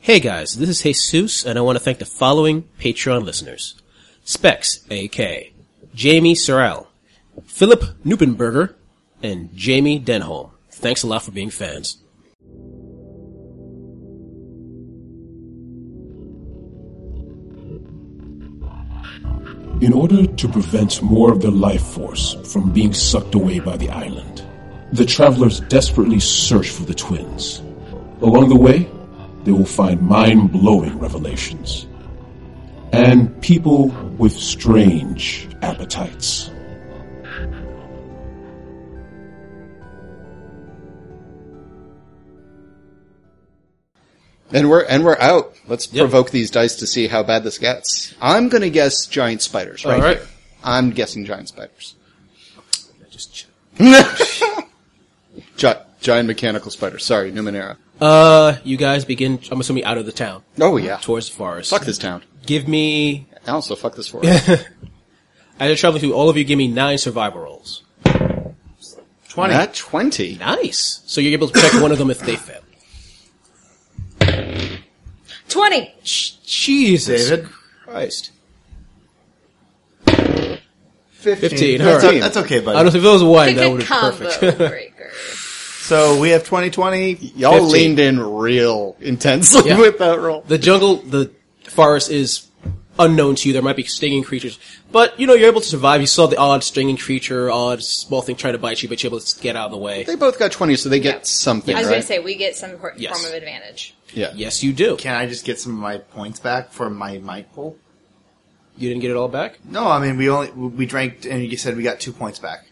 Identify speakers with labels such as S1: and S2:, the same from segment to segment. S1: Hey guys, this is Jesus, and I want to thank the following Patreon listeners. Specs, A.K., Jamie Sorrell, Philip Neupenberger, and Jamie Denholm. Thanks a lot for being fans.
S2: In order to prevent more of the life force from being sucked away by the island, the travelers desperately search for the twins. Along the way, they will find mind blowing revelations and people with strange appetites.
S3: And we're and we're out. Let's
S1: Yep.
S3: provoke these dice to see how bad this gets. I'm gonna guess giant spiders. Right.
S1: All right.
S3: here. I'm guessing giant spiders.
S1: Just ch-
S3: Gi- giant mechanical spiders. Sorry, Numenera.
S1: Uh, you guys begin, I'm assuming, out of the town.
S3: Oh yeah.
S1: Towards the forest.
S3: Fuck this town.
S1: Give me,
S3: And also fuck this forest.
S1: as you're traveling through, all of you give me nine survival rolls.
S3: Twenty. At twenty.
S1: Nice. So you're able to check one of them if they fail.
S4: 20.
S1: Jesus
S5: David.
S1: Christ.
S3: 15.
S1: 15,
S3: That's,
S1: alright.
S5: That's okay, buddy.
S1: Honestly, if it was one,
S4: Pick
S1: that
S4: a
S1: would have been
S4: combo
S1: perfect.
S4: breaker.
S5: So we have 2020.
S3: Y'all
S1: 15.
S3: leaned in real intensely
S1: Yeah.
S3: with that roll.
S1: the jungle, the forest is unknown to you. There might be stinging creatures, but you know you're able to survive. You saw the odd stinging creature, odd small thing trying to bite you, but you're able to get out of the way.
S3: They both got twenty, so they get
S4: Yeah.
S3: something.
S4: I was
S3: right?
S4: going to say, we get some for-
S1: Yes.
S4: form of advantage.
S3: Yeah.
S1: Yes, you do.
S5: Can I just get some of my points back for my mic pool?
S1: You didn't get it all back.
S5: No, I mean we only we drank, and you said we got two points back.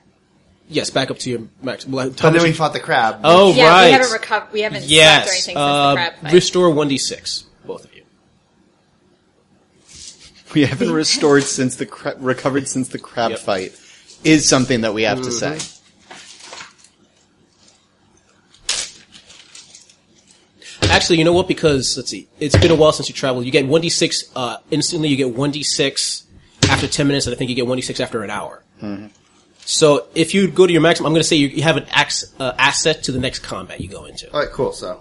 S1: Yes, back up to your max. Well,
S5: But
S1: Tom,
S5: then
S1: did
S5: we
S1: you-
S5: fought the crab.
S1: oh
S4: yeah,
S1: right.
S4: we haven't recovered. We haven't slept or
S1: yes.
S4: anything
S1: uh,
S4: since the crab fight.
S1: restore one d six, both of you.
S3: we haven't restored since the cra- recovered since the crab
S1: Yep.
S3: fight is something that we have to say.
S1: Actually, you know what? Because let's see, it's been a while since you traveled. You get one d six uh, instantly. You get one d six after ten minutes, and I think you get one d six after an hour. So if you go to your maximum, I'm going to say you, you have an ax, uh, asset to the next combat you go into.
S5: All right, cool. So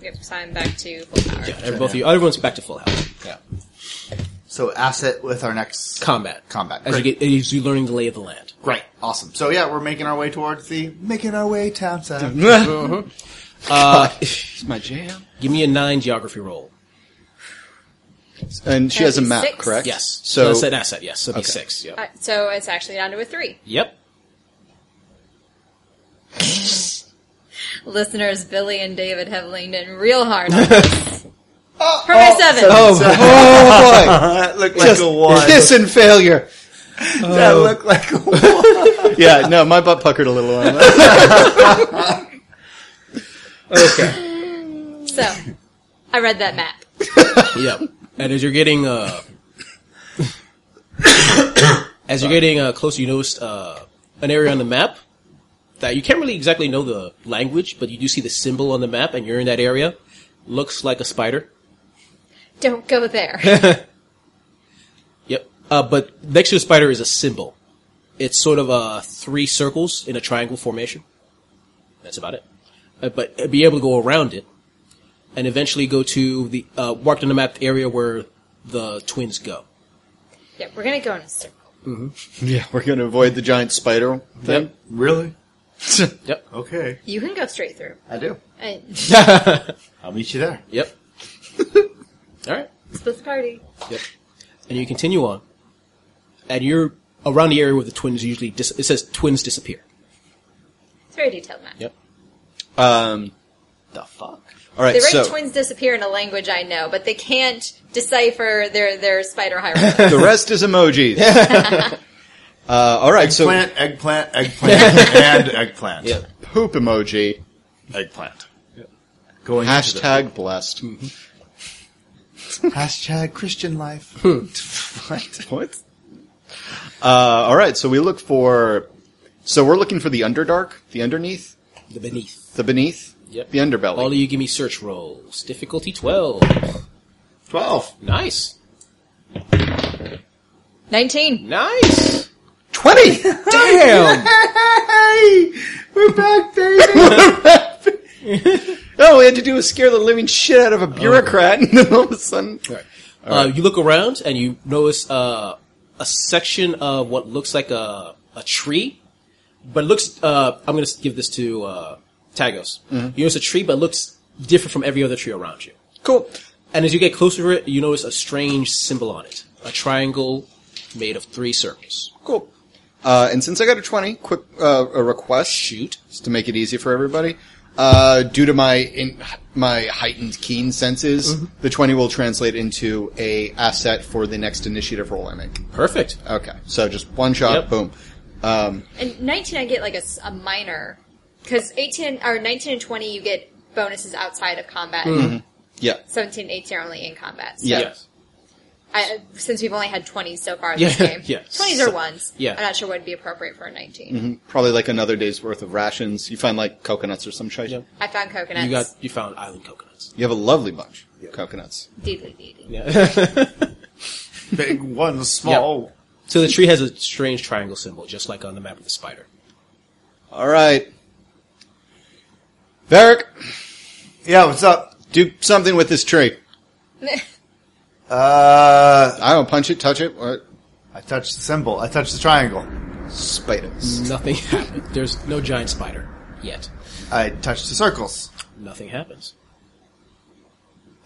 S4: Yep, so I'm back to full power.
S1: Yeah, and both of you, everyone's back to full health.
S5: so asset with our next
S1: Combat,
S5: Combat.
S1: As you
S5: Great.
S1: get, as you're learning the lay of the land.
S5: Great, awesome. So yeah, we're making our way towards the making our way town side.
S3: It's my jam.
S1: Give me a nine geography roll.
S3: And she has a map,
S4: 36.
S3: correct?
S1: Yes.
S3: So
S1: that's an asset. Yes. So be six. Yeah.
S4: Uh, so it's actually down to a 3.
S1: yep.
S4: Listeners Billy and David have leaned in real hard on this.
S1: Uh,
S4: Permit 7.
S3: oh
S5: that looked
S3: boy,
S5: like
S3: just
S5: a one.
S3: kiss and failure. Oh.
S5: that looked like a one.
S3: Yeah, no, my butt puckered a little on that.
S4: So, I read that map.
S1: Yep. And as you're getting, uh, as you're getting uh, closer, you notice uh, an area on the map that you can't really exactly know the language, but you do see the symbol on the map, and you're in that area. Looks like a spider.
S4: Don't go there.
S1: Yep. Uh, but next to the spider is a symbol. It's sort of uh, three circles in a triangle formation. That's about it. Uh, but be able to go around it, and eventually go to the uh, marked on the map area where the twins go.
S4: yep, we're going to go in a circle.
S3: yeah, we're gonna avoid the giant spider thing.
S5: Really?
S1: Yep.
S5: Okay,
S4: You can go straight through. Uh,
S5: I do.
S4: I,
S5: I'll meet you there.
S1: Yep. All right.
S4: split the party.
S1: Yep. And you continue on, and you're around the area where the twins usually. Dis- it says twins disappear.
S4: It's a very detailed map.
S1: Yep.
S3: Um,
S5: The fuck?
S3: all
S4: They
S3: right,
S4: write
S3: so
S4: twins disappear in a language I know, but they can't decipher their, their spider hierarchy.
S3: the rest is emojis. uh, all right, so
S5: Plant, eggplant, eggplant, and eggplant.
S1: Yeah.
S3: poop emoji,
S5: Eggplant. Going into the-
S3: hashtag blessed.
S5: hashtag Christian life. what?
S3: What? Uh, all right, so we look for. So we're looking for the underdark, the underneath,
S1: The beneath.
S3: the beneath,
S1: Yep.
S3: the underbelly.
S1: All of you give me search rolls. Difficulty twelve.
S5: Twelve.
S1: Nice.
S4: 19.
S1: Nice.
S3: Twenty.
S1: Damn.
S5: Hey, we're back, baby.
S3: Oh, all we had to do was scare the living shit out of a bureaucrat, and then all of a sudden,
S1: All right. Uh, you look around and you notice uh, a section of what looks like a a tree, but it looks. Uh, I'm going to give this to uh, Tagos. You notice a tree, but it looks different from every other tree around you.
S3: cool.
S1: And as you get closer to it, you notice a strange symbol on it. A triangle made of three circles.
S3: Cool. Uh, and since I got a 20, quick uh, a request. Shoot. Just to make it easy for everybody. Uh, due to my in, my heightened keen senses,
S1: Mm-hmm.
S3: the 20 will translate into a asset for the next initiative roll I make.
S1: Perfect.
S3: Okay. So just one shot,
S1: Yep.
S3: boom. Um,
S4: And 19, I get like a, s- a minor. Because 18 or 19 and 20, you get bonuses outside of combat.
S1: Mm-hmm.
S4: and
S3: yeah.
S4: 17 and 18 are only in combat. So
S3: Yeah.
S1: Yes.
S4: I, since we've only had 20s so far
S1: Yeah,
S4: this game.
S1: yeah.
S4: 20s
S1: So-
S4: or ones.
S1: yeah. Mm-hmm.
S4: I'm not sure what would be appropriate for a 19.
S3: Probably like another day's worth of rations. You find like coconuts or some shit.
S1: Yep.
S4: I found coconuts.
S1: You got you found island coconuts.
S3: You have a lovely bunch. of Coconuts.
S4: Deedly deedly.
S5: Big one, small.
S1: So the tree has a strange triangle symbol, just like on the map of the spider.
S3: All right. Varric,
S5: Yeah, what's up?
S3: do something with this tree.
S5: Uh,
S3: I don't punch it, touch it, or
S5: I touched the symbol. I touched the triangle.
S3: spiders.
S1: Nothing happened. There's no giant spider yet.
S5: I touched the circles.
S1: Nothing happens.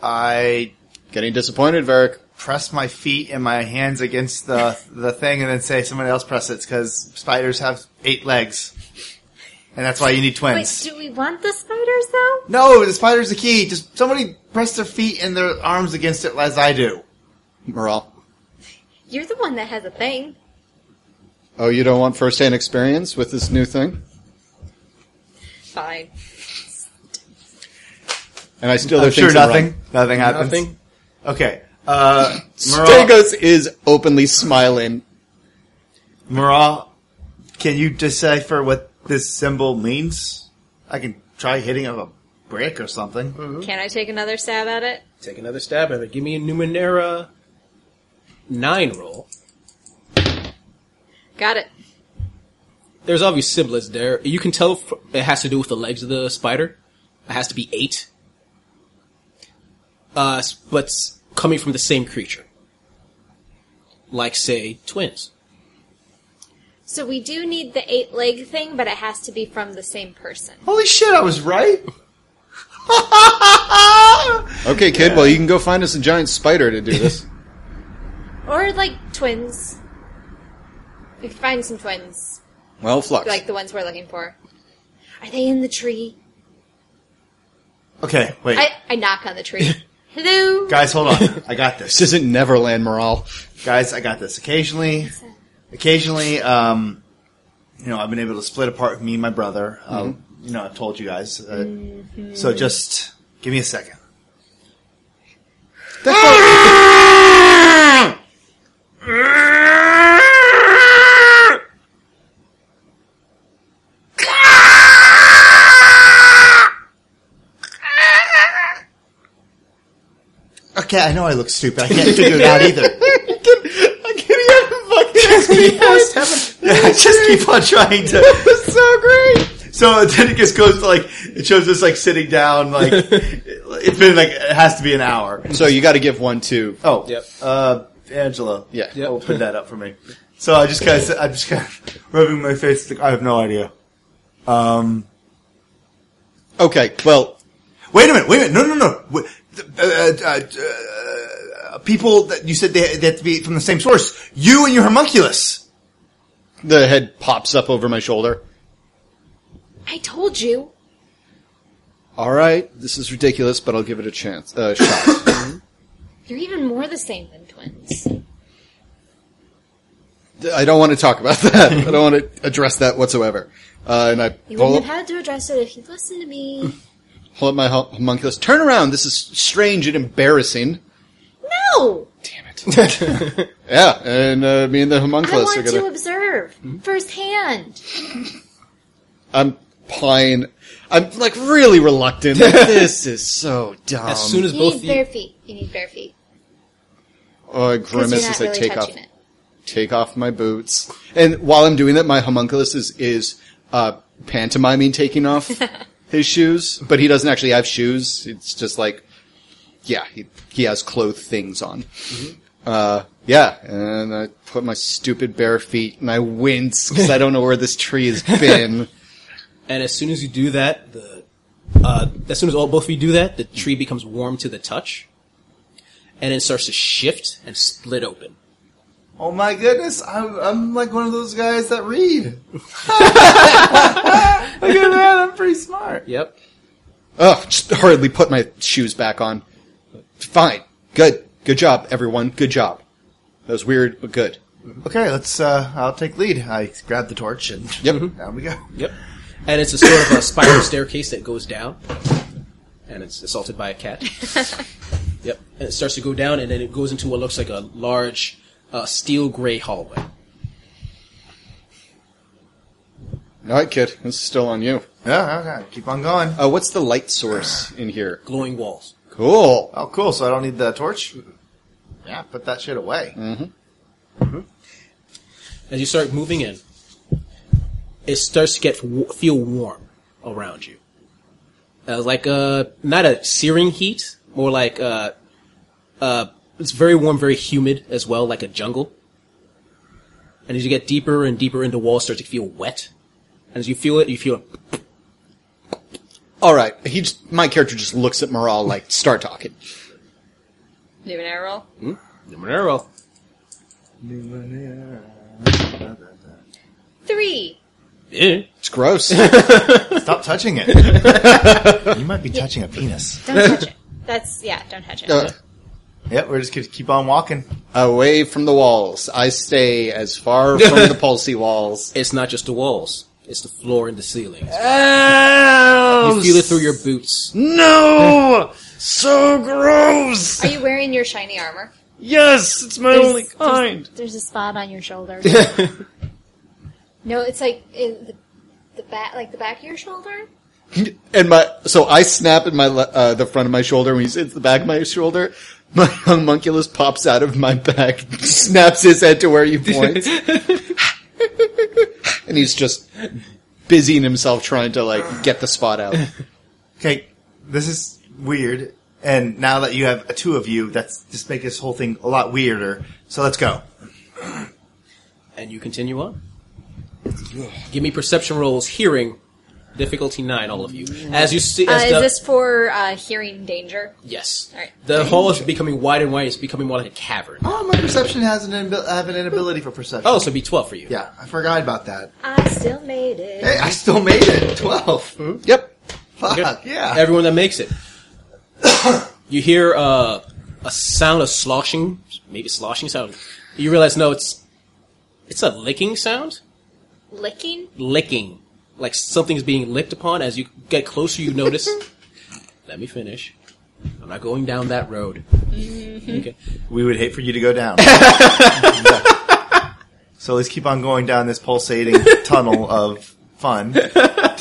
S5: I
S3: Getting disappointed, Varric.
S5: press my feet and my hands against the the thing, and then say someone else press it because spiders have eight legs, and that's why you need
S4: Wait,
S5: twins.
S4: do we want the spiders though?
S5: no, the spider's the key. Just somebody press their feet and their arms against it as I do.
S3: Morale.
S4: You're the one that has a thing.
S3: Oh, you don't want first-hand experience with this new thing?
S4: Fine.
S3: And I still
S5: I'm
S3: have
S5: Uh, sure nothing. Nothing happens.
S1: Nothing.
S5: Okay. Uh, Mural,
S3: Stagos is openly smiling.
S5: Mural, can you decipher what this symbol means? I can try hitting of a brick or something.
S4: Can I take another stab at it?
S1: Take another stab at it. Give me a Numenera nine roll.
S4: Got it.
S1: There's obvious symbols there. You can tell f- it has to do with the legs of the spider. It has to be eight. Uh, s- but s- coming from the same creature. Like, say, twins.
S4: So we do need the eight leg thing, but it has to be from the same person.
S5: Holy shit, I was right.
S3: Okay, kid, well, you can go find us a giant spider to do this.
S4: Or like twins. We could find some twins.
S3: well, Flux.
S4: Like the ones we're looking for. Are they in the tree?
S5: Okay, wait.
S4: I, I knock on the tree. Hello?
S5: Guys, hold on. I got this.
S3: this isn't Neverland Morale.
S5: Guys, I got this. Occasionally, occasionally, um, you know, I've been able to split apart me and my brother. Um, You know, I've told you guys. Uh, So just give me a second. Okay, I know I look stupid. I can't figure it out either.
S3: I can't even fucking
S5: I just keep on trying to.
S3: That's so great!
S5: So then it just goes to like it shows us like sitting down. Like it's been like it has to be an hour.
S3: So you gotta give one to...
S5: Oh,
S1: Yep.
S5: uh, Angela.
S3: Yeah.
S1: Yep.
S5: Open that up for me. So I just kind of, I'm just kind of rubbing my face. Like, I have no idea. Um,
S3: Okay, well,
S5: wait a minute. Wait a minute. No, no, no. Wait, uh, uh, uh, people that you said they, they have to be from the same source. You and your homunculus.
S3: the head pops up over my shoulder.
S4: I told you.
S3: Alright, this is ridiculous, but I'll give it a chance. Uh, shot.
S4: You're even more the same than twins.
S3: I don't want to talk about that. I don't want to address that whatsoever. Uh, and I
S4: You
S3: pull-
S4: wouldn't have had to address it if you listened to me.
S3: Pull up my hom- homunculus. Turn around. This is strange and embarrassing.
S4: No!
S3: Yeah, and uh, me and the
S4: I
S3: homunculus are
S4: want to
S3: gonna.
S4: observe firsthand.
S3: I'm pine. I'm like really reluctant. Like, this is so dumb.
S5: Um,
S1: As soon as
S4: You
S1: both
S4: need
S1: of
S4: bare
S1: you,
S4: feet. You need bare feet.
S3: oh, I
S4: Because
S3: grimace
S4: you're
S3: as
S4: not
S3: I
S4: really
S3: take off
S4: touching it.
S3: take off my boots. And while I'm doing that, my homunculus is is uh, pantomiming taking off. his shoes, but he doesn't actually have shoes. It's just like, yeah, he, he has clothed things on. Uh, yeah, and I put my stupid bare feet and I wince because I don't know where this tree has been.
S1: And as soon as you do that, the uh, as soon as all both of you do that, the tree becomes warm to the touch, and it starts to shift and split open.
S5: Oh my goodness, I'm, I'm like one of those guys that read. Look at that, I'm pretty smart.
S1: Yep.
S3: Ugh, just hurriedly put my shoes back on. Fine. Good. Good job, everyone. Good job. That was weird, but good.
S5: Okay, let's, uh, I'll take lead. I grab the torch and
S3: Yep.
S5: down we go.
S1: Yep. And it's a sort of a spiral staircase that goes down, and it's assaulted by a cat. yep. And it starts to go down, and then it goes into what looks like a large uh, steel gray hallway.
S3: All right, kid. This is still on you.
S5: Yeah, okay, keep on going.
S3: Uh, what's the light source in here?
S1: Glowing walls.
S3: Cool.
S5: Oh, cool, so I don't need the torch? Yeah, put that shit away.
S1: As you start moving in, it starts to get feel warm around you, uh, like uh not a searing heat, more like uh uh it's very warm, very humid as well, like a jungle. And as you get deeper and deeper into walls, starts to feel wet. And as you feel it, you feel it.
S3: All right. He just, my character just looks at Morale like, start talking.
S4: Do an arrow roll?
S1: Numenero.
S4: Three.
S1: Eh.
S3: It's gross.
S5: Stop touching it. you might be touching a penis.
S4: Don't touch it. That's yeah. Don't touch it.
S3: Uh,
S5: Yep, we're just gonna keep on walking.
S3: away from the walls. I stay as far from the pulsy walls.
S1: It's not just the walls. It's the floor and the ceiling.
S5: Oh,
S1: You feel it through your boots.
S5: No! So gross!
S4: Are you wearing your shiny armor?
S5: Yes, it's my
S4: There's a spot on your shoulder. no, it's like in the, the back, like the back of your shoulder.
S3: And my, so I snap at my, le- uh, the front of my shoulder when he hits the back of my shoulder. My homunculus pops out of my back, snaps his head to where you point. and he's just busying himself trying to like get the spot out.
S5: Okay, this is weird. And now that you have two of you, that's just make this whole thing a lot weirder. So let's go.
S1: And you continue on. Give me perception rolls, hearing, difficulty nine, all of you. As you see,
S4: Uh,
S1: as
S4: is
S1: the,
S4: this for uh, hearing danger?
S1: yes,
S4: Alright.
S1: the hall is becoming wide and wide. It's becoming more like a cavern.
S5: Oh, my perception has an inabil- I have an inability for perception.
S1: Oh, so it'd be twelve for you.
S5: yeah, I forgot about that.
S4: I still made it.
S5: Hey, I still made it. Twelve.
S3: Yep.
S5: Fuck
S1: Good.
S5: yeah.
S1: Everyone that makes it, you hear uh, a sound of sloshing, maybe sloshing sound. You realize no, it's it's a licking sound,
S4: Licking.
S1: licking, like something's being licked upon. As you get closer, you notice. let me finish. I'm not going down that road. Okay.
S5: we would hate for you to go down. so let's keep on going down this pulsating tunnel of fun to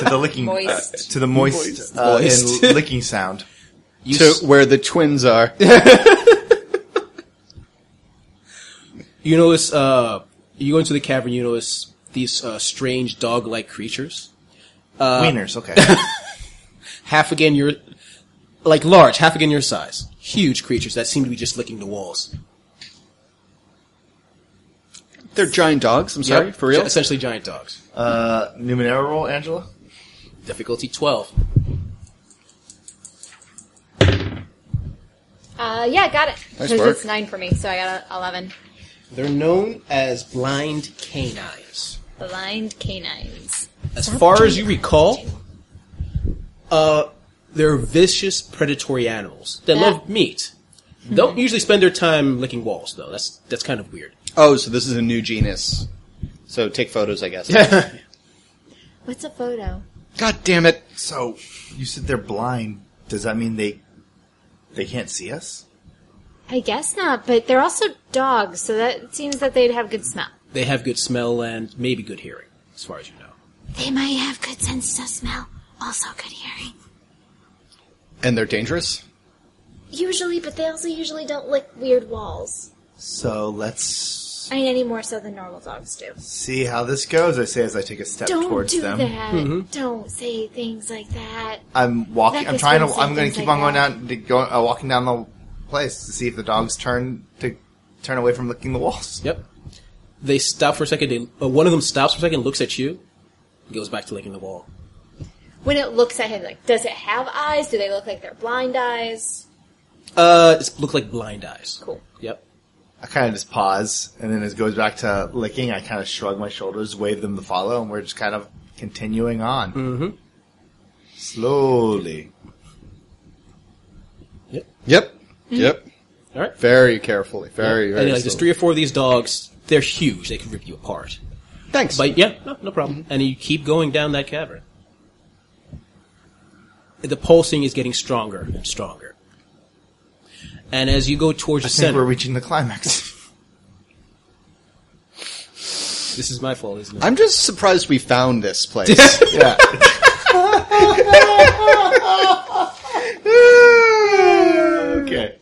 S5: the licking, uh,
S4: Moist.
S5: to the moist, uh,
S1: Moist.
S5: and licking sound.
S1: You
S3: To
S1: s-
S3: where the twins are.
S1: You notice, uh, you go into the cavern, you notice these, uh, strange dog-like creatures.
S5: Wieners. Okay.
S1: Half again your, like large, half again your size. Huge creatures that seem to be just licking the walls.
S3: They're giant dogs. I'm sorry.
S1: Yep.
S3: For real?
S1: Essentially giant dogs.
S5: uh, Numenera roll, Angela.
S1: Difficulty 12.
S4: Uh, yeah, got it.
S3: Nice
S4: Because
S3: work.
S4: it's nine for me, so I got a eleven.
S1: They're known as blind canines.
S4: Blind canines.
S1: As far as you recall, uh, they're vicious predatory animals that
S4: Yeah.
S1: love meat. Don't usually spend their time licking walls, though. That's, that's kind of weird.
S3: Oh, so this is a new genus. So take photos, I guess.
S4: What's a photo?
S3: God damn it.
S5: So you said they're blind. Does that mean they they can't see us?
S4: I guess not, but they're also dogs, so that seems that they'd have good smell.
S1: They have good smell and maybe good hearing, as far as you know.
S4: They might have good sense of smell, also good hearing.
S3: And they're dangerous?
S4: Usually, but they also usually don't lick weird walls.
S5: So let's dogs.
S4: I mean, any more so than normal dogs do.
S5: See how this goes, I say as I take a step
S4: Don't
S5: towards
S4: do
S5: them.
S4: that. Don't say things like that.
S5: I'm walking.
S4: That
S5: I'm
S4: gets
S5: trying to.
S4: really sad
S5: I'm going to
S4: things
S5: keep
S4: like
S5: on going
S4: that.
S5: down, to go, uh, walking down the place to see if the dogs turn to turn away from licking the walls.
S1: Yep. They stop for a second. They, uh, one of them stops for a second, looks at you, and goes back to licking the wall.
S4: When it looks at him, like, does it have eyes? Do they look like they're blind eyes?
S1: Uh, it's look like blind eyes.
S4: Cool.
S1: Yep.
S5: I kind of just pause, and then as it goes back to licking, I kind of shrug my shoulders, wave them to follow, and we're just kind of continuing on
S1: Mhm.
S5: slowly.
S3: Yep. Yep.
S1: All right.
S3: Very carefully. Very, very.
S1: and like, there's
S3: slowly.
S1: three or four of these dogs. They're huge. They can rip you apart.
S3: Thanks.
S1: But yeah, no, no problem. And you keep going down that cavern. The pulsing is getting stronger and stronger. And as you go towards
S5: I
S1: the
S5: think
S1: center,
S5: we're reaching the climax.
S1: this is my fault, isn't it?
S3: I'm just surprised we found this place.
S5: yeah. okay.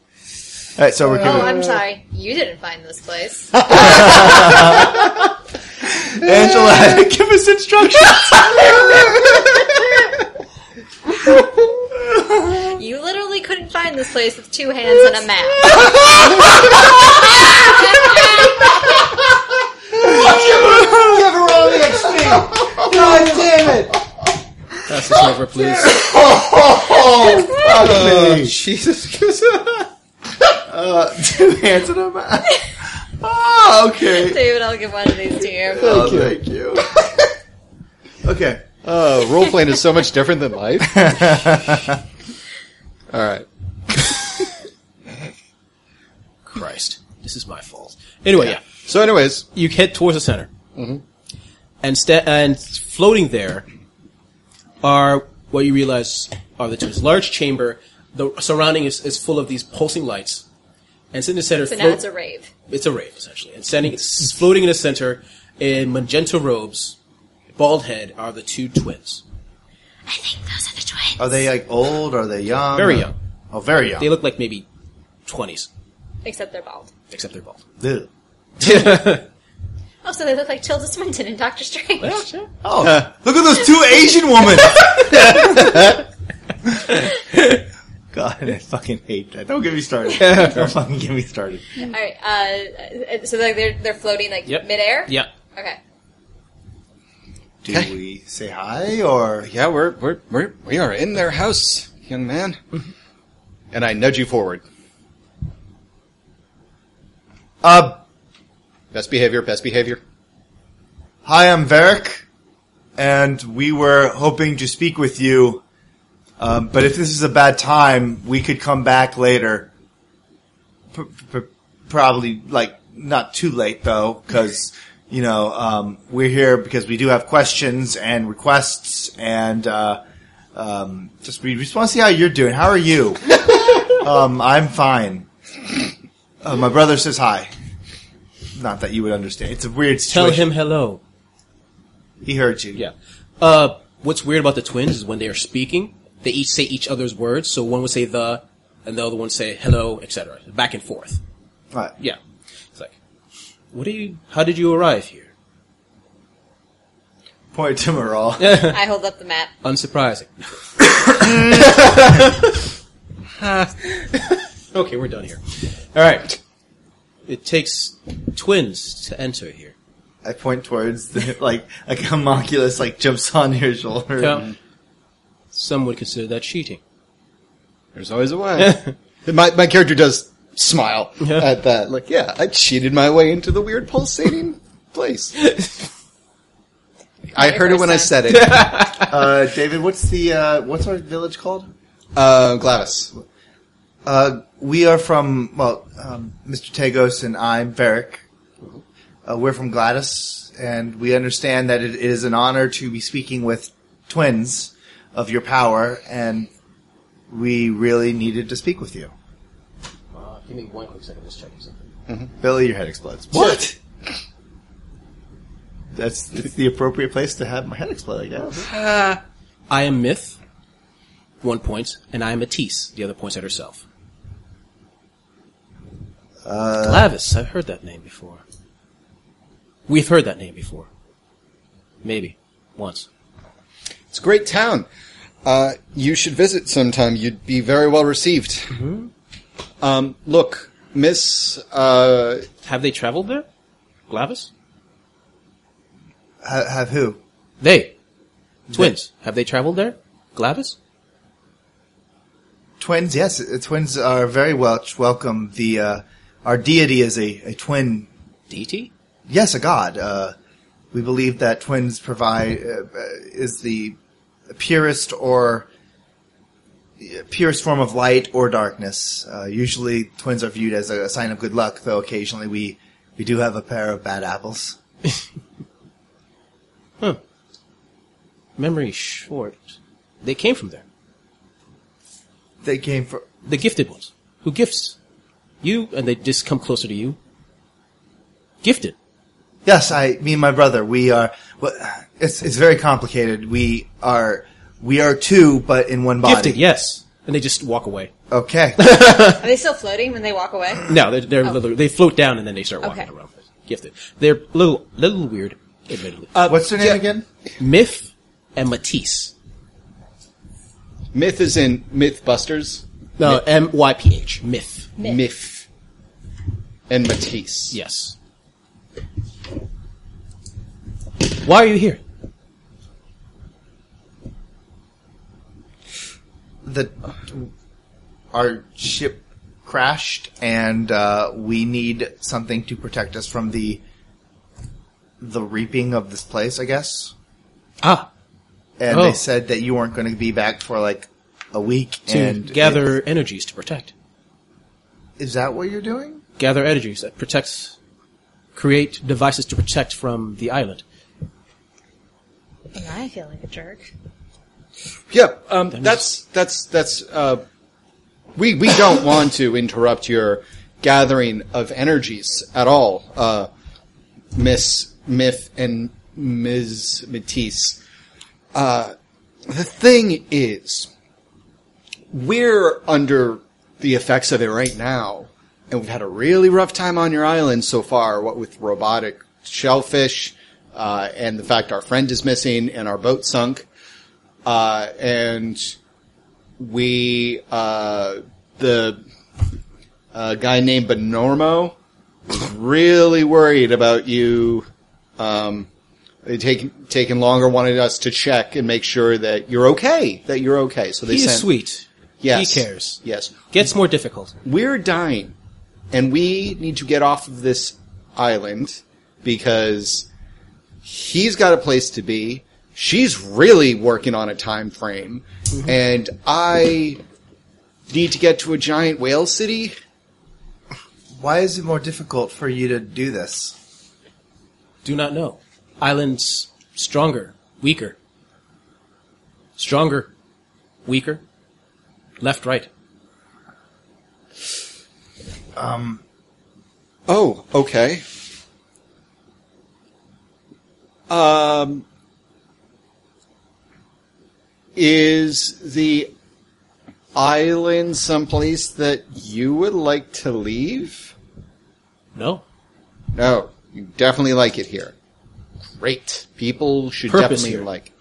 S5: All right, so we're
S6: Oh,
S5: gonna-
S6: I'm sorry. You didn't find this place.
S5: Angela, give us instructions.
S6: You literally couldn't find this place with two hands and a map.
S5: Give her all the XP. God damn it.
S1: Pass this over, please.
S5: Oh, fuck me.
S3: Jesus.
S5: Uh, two hands and a mouth. Oh, okay.
S6: David, I'll give one of these to you.
S5: Oh, Thank you. okay.
S3: Uh, role playing is so much different than life. All right.
S1: Christ, this is my fault. Anyway, yeah.
S3: So, anyways,
S1: you head towards the center,
S5: Mm-hmm.
S1: and sta- and floating there are what you realize are the twins. Large chamber. The surrounding is, is full of these pulsing lights, and it's in the center.
S6: So now
S1: float-
S6: it's a rave.
S1: it's a rave essentially. And standing, s- floating in the center in magenta robes, bald head are the two twins.
S4: I think those are the twins.
S5: Are they like old? Are they young?
S1: Very young.
S5: Oh, very young.
S1: They look like maybe twenties,
S6: Except they're bald.
S1: except they're bald.
S5: Ugh.
S6: Oh, so they look like Tilda Swinton and Doctor Strange.
S5: Oh, look at those two Asian women. God, I fucking hate that. Don't get me started. Don't fucking get me started.
S6: All right. Uh, uh, so like they're they're floating like
S1: Yep.
S6: midair.
S1: Yeah.
S6: Okay.
S5: Do we say hi or?
S3: yeah, we're, we're, we're, we are in their house, young man. and I nudge you forward.
S5: Uh,
S3: Best behavior, best behavior.
S5: Hi, I'm Varric, and we were hoping to speak with you. Um, but if this is a bad time, we could come back later. P- p- probably, like, not too late though, because you know um, we're here because we do have questions and requests, and uh, um, just we just want to see how you're doing. How are you? um, I'm fine. Uh, my brother says hi. Not that you would understand. It's a weird
S1: Tell
S5: situation.
S1: him hello.
S5: He heard you.
S1: Yeah. Uh, what's weird about the twins is when they are speaking, they each say each other's words. So one would say the, and the other one would say hello, etc. Back and forth.
S5: Right.
S1: Yeah. It's like, what do you? How did you arrive here?
S5: Point to Moral.
S6: I hold up the map.
S1: Unsurprising. okay, we're done here. All right. It takes twins to enter here.
S5: I point towards the like like homunculus like jumps on your shoulder.
S3: Mm-hmm.
S1: Now, some would consider that cheating.
S3: There's always a way. my, my character does smile
S1: Yeah.
S3: at that. Like, Uh, yeah, I cheated my way into the weird pulsating place. I heard it when I
S6: first
S3: said it.
S5: Uh, David, what's the uh, what's our village called?
S3: Uh, Gladys.
S5: Uh, we are from well, um, Mr. Tagos and I'm Varric. Uh, we're from Gladys, and we understand that it is an honor to be speaking with twins of your power, and we really needed to speak with you.
S1: Uh, give me one quick second. Just checking something.
S5: Billy, your head explodes. What? That's it's the appropriate place to have my head explode, I guess.
S1: I am Myth, one point, and I am Matisse, the other points at herself. Uh, Glavis, I've heard that name before. We've heard that name before. Maybe. Once.
S3: It's a great town. Uh, you should visit sometime. You'd be very well received. Um, look, Miss. Uh,
S1: Have they traveled there? Glavis?
S5: Ha- have who?
S1: They. Twins. Have they traveled there? Glavis?
S5: Twins, yes, uh, twins are very welch welcome. The uh, our deity is a, a twin,
S1: DT?
S5: yes, a god. Uh, we believe that twins provide uh, uh, is the purest or purest form of light or darkness. Uh, usually, twins are viewed as a, a sign of good luck, though occasionally we we do have a pair of bad apples.
S1: Memory short. They came from there.
S5: They came from
S1: The gifted ones. Who gifts? You, and they just come closer to you. Gifted.
S5: Yes, I, me and my brother, we are. Well, it's it's very complicated. We are we are two, but in one body.
S1: Gifted, yes. And they just walk away.
S5: Okay.
S6: Are they still floating when they walk away?
S1: No, they're, they're little, they float down and then they start walking
S6: Okay.
S1: around. Gifted. They're little, little weird, admittedly.
S5: What's their name again?
S1: Miff and Matisse.
S3: myth is in Mythbusters.
S1: No, M Y P H. Myth.
S3: Myth. And Matisse.
S1: Yes. Why are you here?
S5: The our ship crashed, and uh, we need something to protect us from the the reaping of this place. I guess.
S1: Ah,
S5: And
S1: Oh.
S5: they said that you weren't going to be back for like a week.
S1: to
S5: and
S1: gather energies to protect.
S5: Is that what you're doing?
S1: Gather energies that protects, create devices to protect from the island.
S6: I feel like a jerk.
S3: Yeah, um, that's that's that's. Uh, we we don't want to interrupt your gathering of energies at all, uh, Miss Miff and Ms. Matisse. Uh, the thing is, we're under the effects of it right now, and we've had a really rough time on your island so far. What with robotic shellfish, uh, and the fact our friend is missing and our boat sunk uh, and we uh, the uh, guy named Benormo was really worried about you um, taking taking longer. Wanted us to check and make sure that you're okay, that you're okay. So they
S1: He
S3: sent,
S1: is sweet.
S3: Yes,
S1: He cares.
S3: Yes,
S1: Gets more difficult.
S3: we're dying, and we need to get off of this island because he's got a place to be. She's really working on a time frame, and I need to get to a giant whale city.
S5: Why is it more difficult for you to do this?
S1: Do not know. Islands stronger, weaker. Stronger, weaker. Left, right.
S3: Oh, okay. Um, is the island someplace that you would like to leave?
S1: No.
S3: No, you definitely like it here. Great. People should
S1: Purpose
S3: definitely
S1: here.
S3: like.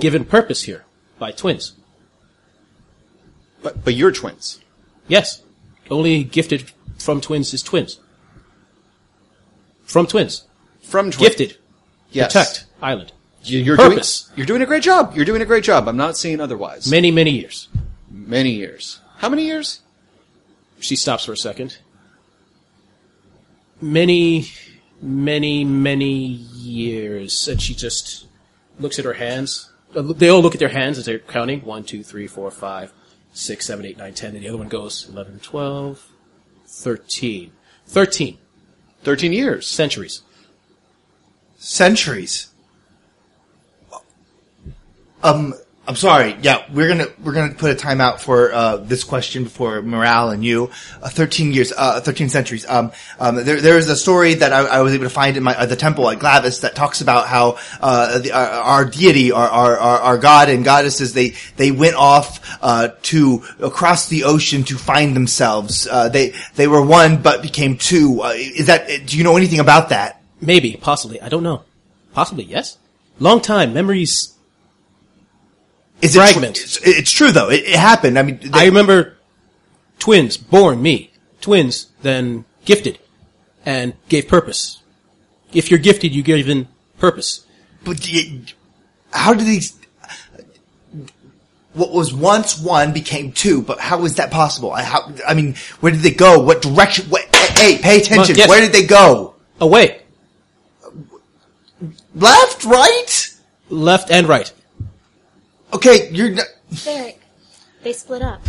S1: Given purpose here by twins.
S3: But but you're twins.
S1: Yes. Only gifted from twins is twins. From twins.
S3: From twins.
S1: Gifted.
S3: Yes.
S1: Protect. Island.
S3: You- You're
S1: Purpose.
S3: doing you're doing a great job. You're doing a great job. I'm not saying otherwise.
S1: Many, many years.
S3: Many years. How many years?
S1: She stops for a second. Many, many, many years. And she just looks at her hands. Uh, look- They all look at their hands as they're counting. One, two, three, four, five, six, seven, eight, nine, ten. And the other one goes eleven, twelve, thirteen, thirteen
S3: Thirteen years.
S1: centuries.
S5: centuries. Um, I'm sorry. Yeah, we're gonna we're gonna put a timeout for uh, this question before morale and you. Uh, Thirteen years, uh, thirteen centuries. Um, um, there there is a story that I, I was able to find in my uh, the temple at Glavis that talks about how uh, the, our, our deity, our, our our our god and goddesses, they they went off uh, to across the ocean to find themselves. Uh, they they were one but became two. Uh, is that do you know anything about that?
S1: Maybe, possibly. I don't know. Possibly, yes. Long time memories.
S5: Is it tru-
S1: Fragment.
S5: it's, it's true though. It, it happened. I mean, they-
S1: I remember twins, born me, twins, then gifted, and gave purpose. If you're gifted, you given purpose.
S5: But do you- how did these? What was once one became two, but how was that possible? I, how, I mean, where did they go? What direction? What, hey, pay attention.
S1: yes.
S5: Where did they go?
S1: Away,
S5: Left, right?
S1: left and right.
S5: Okay, you're. Not,
S4: Derek, they split up.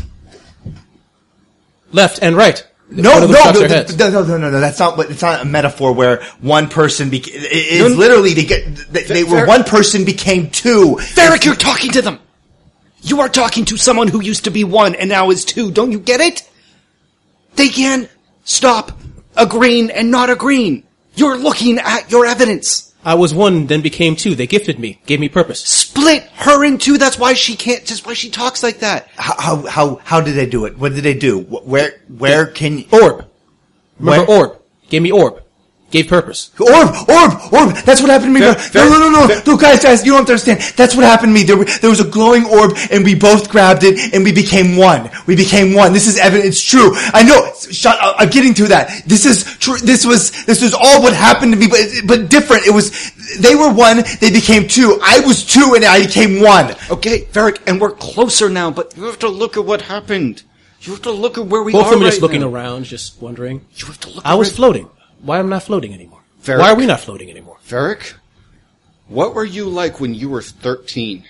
S1: Left and right.
S5: no,
S1: One
S5: no,
S1: of them chops
S5: no,
S1: their
S5: no,
S1: heads.
S5: no, no, no, no. That's not. what- It's not a metaphor where one person. Beca- it- it is
S3: No, no.
S5: literally they get. They, they were
S3: Fer-
S5: one person became two.
S7: Derek, you're talking to them. You are talking to someone who used to be one and now is two. Don't you get it? They can stop agreeing and not agreeing. You're looking at your evidence.
S1: I was one, then became two. They gifted me, gave me purpose.
S7: Split her in two. That's why she can't. That's why she talks like that.
S5: How, how how how did they do it? What did they do? Wh- Where where can you?
S1: Orb. Remember
S5: Where-
S1: orb. Gave me orb. Gave purpose.
S5: Orb, orb, orb. That's what happened to me.
S3: Fair-
S5: bro.
S3: fair-
S5: no, no, no, no, no, guys, guys, you don't understand. That's what happened to me. There, were- there was a glowing orb, and we both grabbed it, and we became one. We became one. This is evidence. It's true. I know. S- Shut up. I'm getting to that. This is true. This was. This is all what happened to me, but but different. It was. They were one. They became two. I was two, and I became one.
S7: Okay, Varric, and we're closer now. But you have to look at what happened. You have to look at where we
S1: Both
S7: are
S1: of them are just
S7: right
S1: looking
S7: now.
S1: around, just wondering.
S7: You have to look.
S1: I
S7: at
S1: was
S7: where-
S1: floating. Why am I not floating anymore?
S3: Varric.
S1: Why are we not floating anymore?
S3: Varric, what were you like when you were thirteen?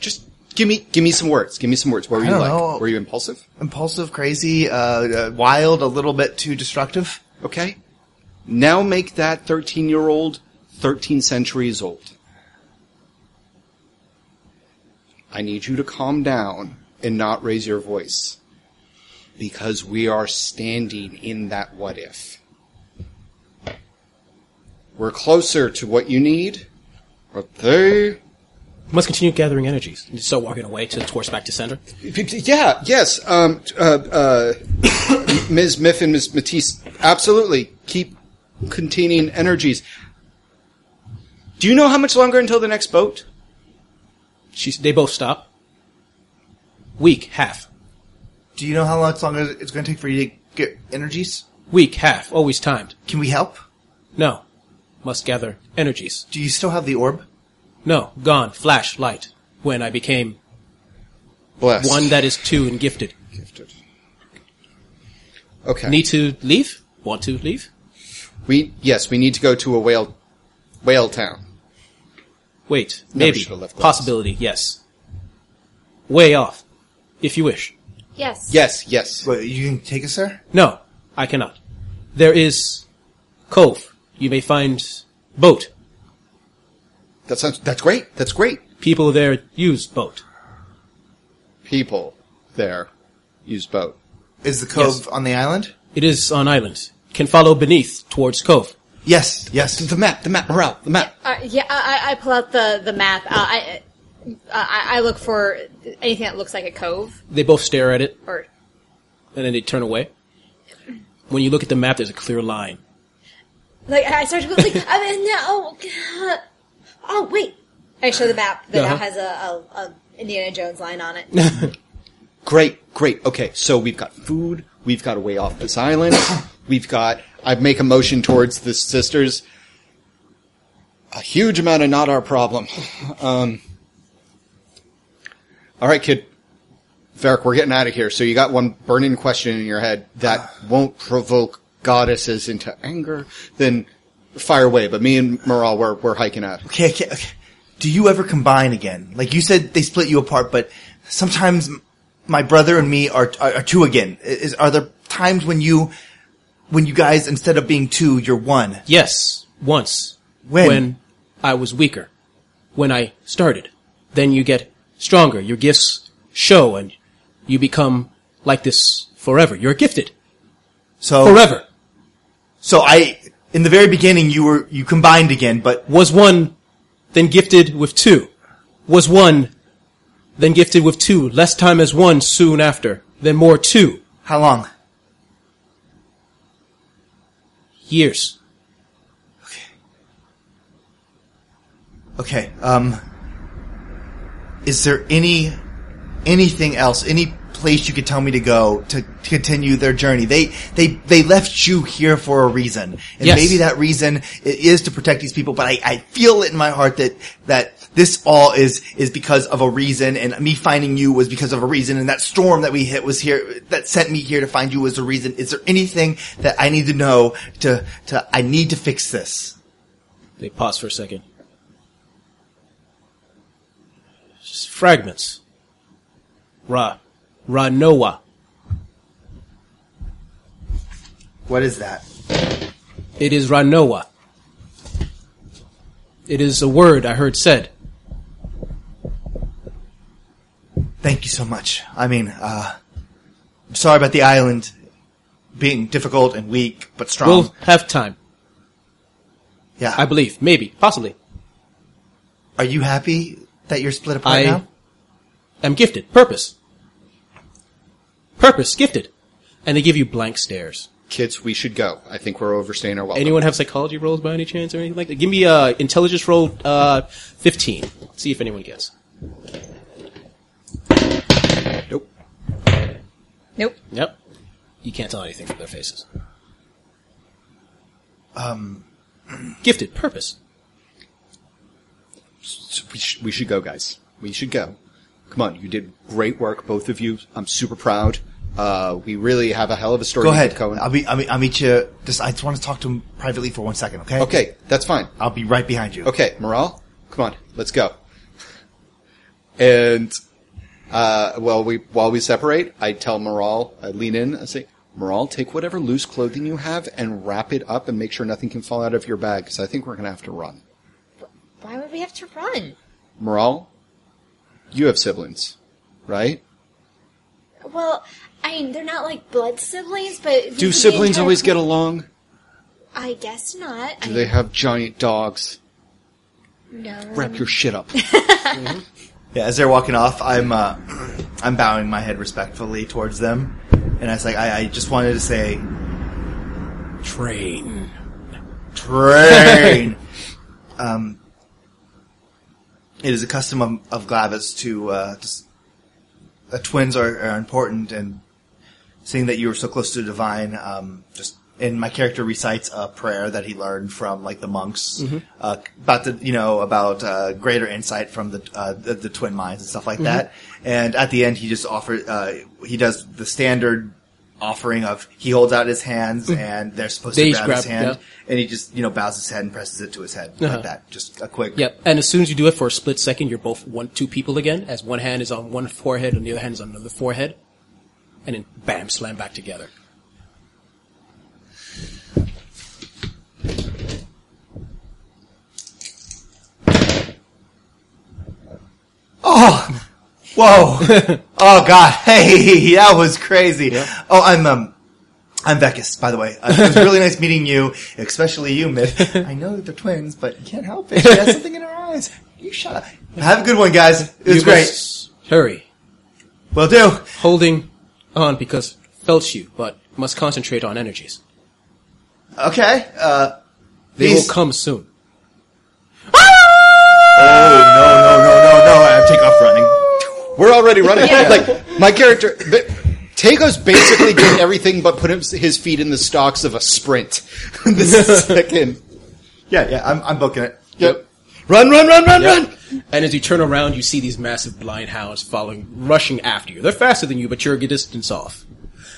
S3: Just give me give me some words. Give me some words. What were you
S5: don't
S3: like?
S5: know.
S3: Were you impulsive?
S5: Impulsive, crazy, uh, uh, wild, a little bit too destructive.
S3: Okay. Now make that thirteen year old thirteen centuries old. I need you to calm down and not raise your voice. Because we are standing in that what if. We're closer to what you need, but they
S1: Must continue gathering energies. And start walking away to towards back to center.
S3: Yeah, yes. Um, t- uh, uh, Ms. Miff and Ms. Matisse, absolutely. Keep containing energies. Do you know how much longer until the next boat?
S1: She, they both stop. Weak, half.
S5: Do you know how long it's longer it's going to take for you to get energies?
S1: Weak, half. Always timed.
S5: Can we help?
S1: No. Must gather energies.
S5: Do you still have the orb?
S1: No. Gone. Flash. Light. When I became
S3: Blessed.
S1: one that is two and gifted.
S3: Gifted. Okay.
S1: Need to leave? Want to leave?
S3: we yes, we need to go to a whale whale town.
S1: Wait.
S3: Never
S1: Maybe.
S3: should have left Glass.
S1: Possibility. Yes. Way off. If you wish.
S4: Yes.
S3: Yes, yes.
S5: Wait, you can take us there?
S1: No. I cannot. There is cove. You may find boat.
S3: That sounds that's great. That's great.
S1: People there use boat.
S3: People there use boat.
S5: Is the cove on the island?
S1: It is on island. Can follow beneath towards cove.
S5: Yes, yes.
S3: The map, the map, morale, the map.
S6: Uh, yeah, I, I- I pull out the the map. Uh, I, I I look for anything that looks like a cove
S1: They both stare at it.
S6: or
S1: and then they turn away. When you look at the map, there's a clear line.
S6: like I start to go like I mean, no, oh, God. oh wait. I show the map that
S1: Uh-huh.
S6: now has a, a, a Indiana Jones line on it.
S3: Great, great. Okay, so we've got food. We've got a way off this island. we've got. I make a motion towards the sisters. A huge amount of not our problem. Um, all right, kid. Varric, we're getting out of here. So you got one burning question in your head that won't provoke goddesses into anger. Then fire away. But me and Moral, we're we're hiking out.
S5: Okay, okay, okay. Do you ever combine again? Like you said, they split you apart, but sometimes m- my brother and me are, are, are two again. Is, are there times when you, when you guys, instead of being two, you're one?
S1: Yes, once.
S5: When?
S1: I was weaker. When I started. then you get stronger. Your gifts show and you become like this forever. You're gifted.
S5: So
S1: Forever.
S5: So I, in the very beginning, you were you combined again, but
S1: Was one, then gifted with two. Was one, then gifted with two. Less time as one soon after. Then more two.
S5: how long?
S1: Years.
S5: Okay. Um, is there any anything else? Any place you could tell me to go to, to continue their journey? They they they left you here for a reason, and
S1: Yes.
S5: maybe that reason i- is to protect these people. But I, I feel it in my heart that that this all is is because of a reason, and me finding you was because of a reason, and that storm that we hit was here that sent me here to find you was a reason. Is there anything that I need to know to to I need to fix this?
S1: They pause for a second. Just fragments. Ra. Ra Noah.
S5: What is that?
S1: It is Ranoa. It is a word I heard said.
S5: Thank you so much. I mean, uh, I'm sorry about the island being difficult and weak, but strong.
S1: We'll have time.
S5: yeah.
S1: I believe. Maybe. Possibly.
S5: Are you happy that you're split apart
S1: I-
S5: now?
S1: I'm gifted. Purpose. Purpose. Gifted. And they give you blank stares.
S3: Kids, we should go. I think we're overstaying our welcome.
S1: Anyone have psychology rolls by any chance or anything like that? Give me uh, intelligence roll uh, 15. See if anyone gets. Nope.
S6: Nope.
S1: Yep. You can't tell anything from their faces. Um, gifted. Purpose.
S3: we, sh- we should go, guys. We should go. Come on, you did great work, both of you. I'm super proud. Uh, we really have a hell of a story.
S5: Go
S3: to
S5: ahead.
S3: get going.
S5: I'll be, I'll be, I'll meet you. Just, I just want to talk to him privately for one second, okay?
S3: okay, that's fine.
S5: I'll be right behind you.
S3: Okay, morale. Come on, let's go. And uh, while we while we separate, I tell morale. I lean in. I say, morale, take whatever loose clothing you have and wrap it up, and make sure nothing can fall out of your bag. Because I think we're gonna have to run.
S4: Why would we have to run?
S3: Morale, you have siblings, right?
S4: Well, I mean, they're not like blood siblings, but
S3: Do siblings always get along?
S4: I guess not.
S3: Do
S4: I
S3: they have giant dogs?
S4: no.
S3: Wrap your shit up.
S5: Yeah, as they're walking off, I'm, uh, I'm bowing my head respectfully towards them. And I was like, I, I just wanted to say,
S1: Train.
S5: train. um, it is a custom of, of Glavis to uh, just, uh, twins are, are important, and seeing that you were so close to the divine, um, just and my character recites a prayer that he learned from like the monks
S1: Mm-hmm.
S5: uh, about the you know about uh, greater insight from the, uh, the the twin minds and stuff like that.
S1: Mm-hmm.
S5: And at the end, he just offers uh, he does the standard offering of he holds out his hands and they're supposed
S1: Mm-hmm. They
S5: to
S1: each
S5: grab, his
S1: grab-
S5: hand
S1: yeah.
S5: and he just you know bows his head and presses it to his head
S1: Uh-huh.
S5: like that. Just a quick.
S1: Yep. And as soon as you do it for a split second, you're both one, two people again, as one hand is on one forehead and the other hand is on another forehead. And then bam, slam back together.
S5: Oh, whoa! oh God! Hey, that was crazy. Oh, I'm um, I'm Vekis, by the way. Uh, it was really nice meeting you, especially you, Myth. I know that they're twins, but you can't help it. She has something in her eyes. You shut up. Have a good one, guys. It was
S1: You
S5: great.
S1: must Hurry.
S5: Will do.
S1: Holding on because felt you, but must concentrate on energies.
S5: Okay. Uh,
S1: They
S5: These-
S1: will come soon.
S5: oh no no no no no! I take off running.
S3: We're already running. Like my character, th- Tago's basically did everything but put his, his feet in the stocks of a sprint. this is second.
S5: Yeah yeah, I'm I'm booking it.
S3: Yep. Run, run, run, run, run.
S1: And as you turn around, you see these massive blind hounds following, rushing after you. They're faster than you, but you're a good distance off.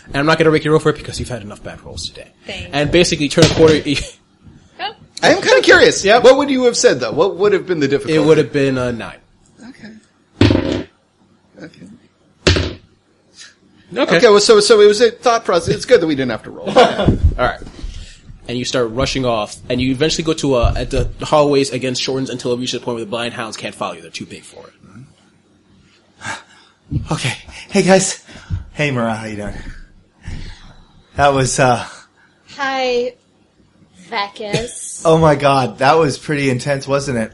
S1: And I'm not going to rake your roll for it because you've had enough bad rolls today.
S4: Thanks.
S1: And basically, turn a quarter. It
S4: Oh,
S3: I am kind of curious. Yeah. What would you have said though? What would have been the difficulty?
S1: would have been a nine.
S3: Okay. Okay.
S1: Okay.
S3: Okay. Well, so so it was a thought process. It's good that we didn't have to roll.
S1: All right. And you start rushing off, and you uh, eventually go to a, at the the hallways again shortens until it reaches the point where the blind hounds can't follow you. They're too big for it.
S5: Okay. Hey guys. Hey Mara, how you doing? That was uh
S4: Hi, Vekis.
S5: oh my god, that was pretty intense, wasn't it?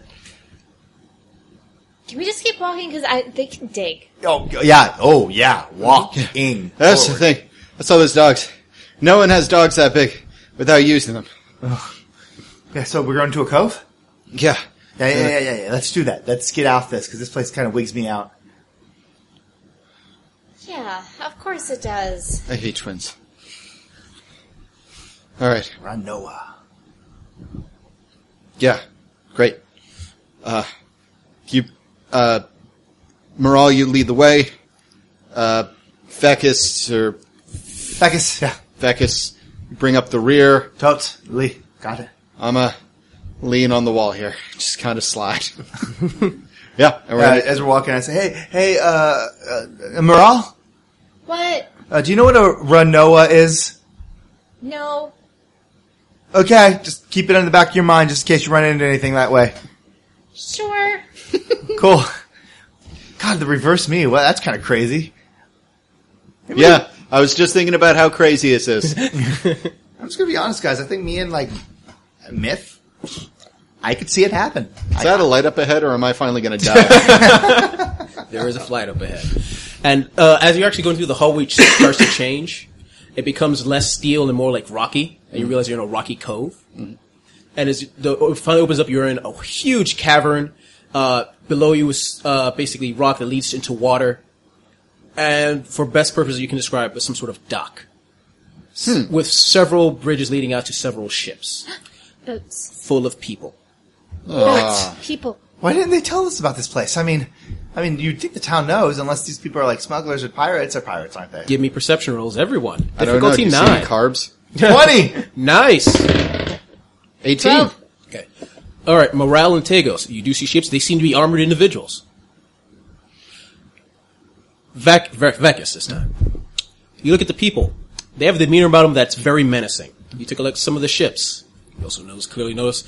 S4: Can we just keep walking? Because I they can dig.
S5: Oh yeah, oh yeah, walking.
S3: That's
S5: forward.
S3: the thing. That's all those dogs. No one has dogs that big without using them.
S5: Yeah, so we're going to a cove?
S3: Yeah.
S5: Yeah, yeah, yeah, yeah, yeah. Let's do that. Let's get off this because this place kind of wigs me out.
S4: Yeah, of course it does.
S3: I hate twins. All right.
S5: Run Noah.
S3: Yeah. Great. Uh, you, uh, Moral, you lead the way. Uh, Fecus or
S5: Fekus, yeah.
S3: Fecus, bring up the rear.
S5: Totes, Lee, got it.
S3: I'm a lean on the wall here. Just kind of slide. yeah. All
S5: Uh,
S3: right.
S5: as we're walking, I say, "Hey, hey, uh, uh Moral,
S4: What?
S5: uh, do you know what a run Noah is?"
S4: No.
S5: Okay, just keep it in the back of your mind, just in case you run into anything that way.
S4: Sure.
S5: Cool. God, the reverse me. Well, that's kind of crazy.
S3: yeah. I was just thinking about how crazy this is.
S5: I'm just gonna be honest, guys. I think me and like myth, I could see it happen.
S3: Is that a light up ahead, or am I finally going to die?
S1: There is a flight up ahead. And uh, as you're actually going through the hallway, it starts to change. It becomes less steel and more like rocky, and
S3: Mm-hmm.
S1: you realize you're in a rocky cove. And as the it finally opens up, you're in a huge cavern. Uh, below you is uh, basically rock that leads into water. And for best purposes, you can describe it as some sort of dock.
S3: Hmm.
S1: With several bridges leading out to several ships
S4: Boats.
S1: full of people.
S4: Boats. People.
S5: Why didn't they tell us about this place? I mean, I mean, you'd think the town knows, unless these people are like smugglers or pirates. Or pirates, aren't they?
S1: Give me perception rolls, everyone.
S3: I don't know. Do
S1: Difficulty
S3: you see any
S1: nine.
S3: carbs?
S5: Twenty.
S1: Nice.
S3: 18.
S1: Okay. All right, morale and Tagos. You do see ships. They seem to be armored individuals. Vac, Vac, Vecus this time. You look at the people. They have a demeanor about them that's very menacing. You take a look at some of the ships. You also notice, clearly notice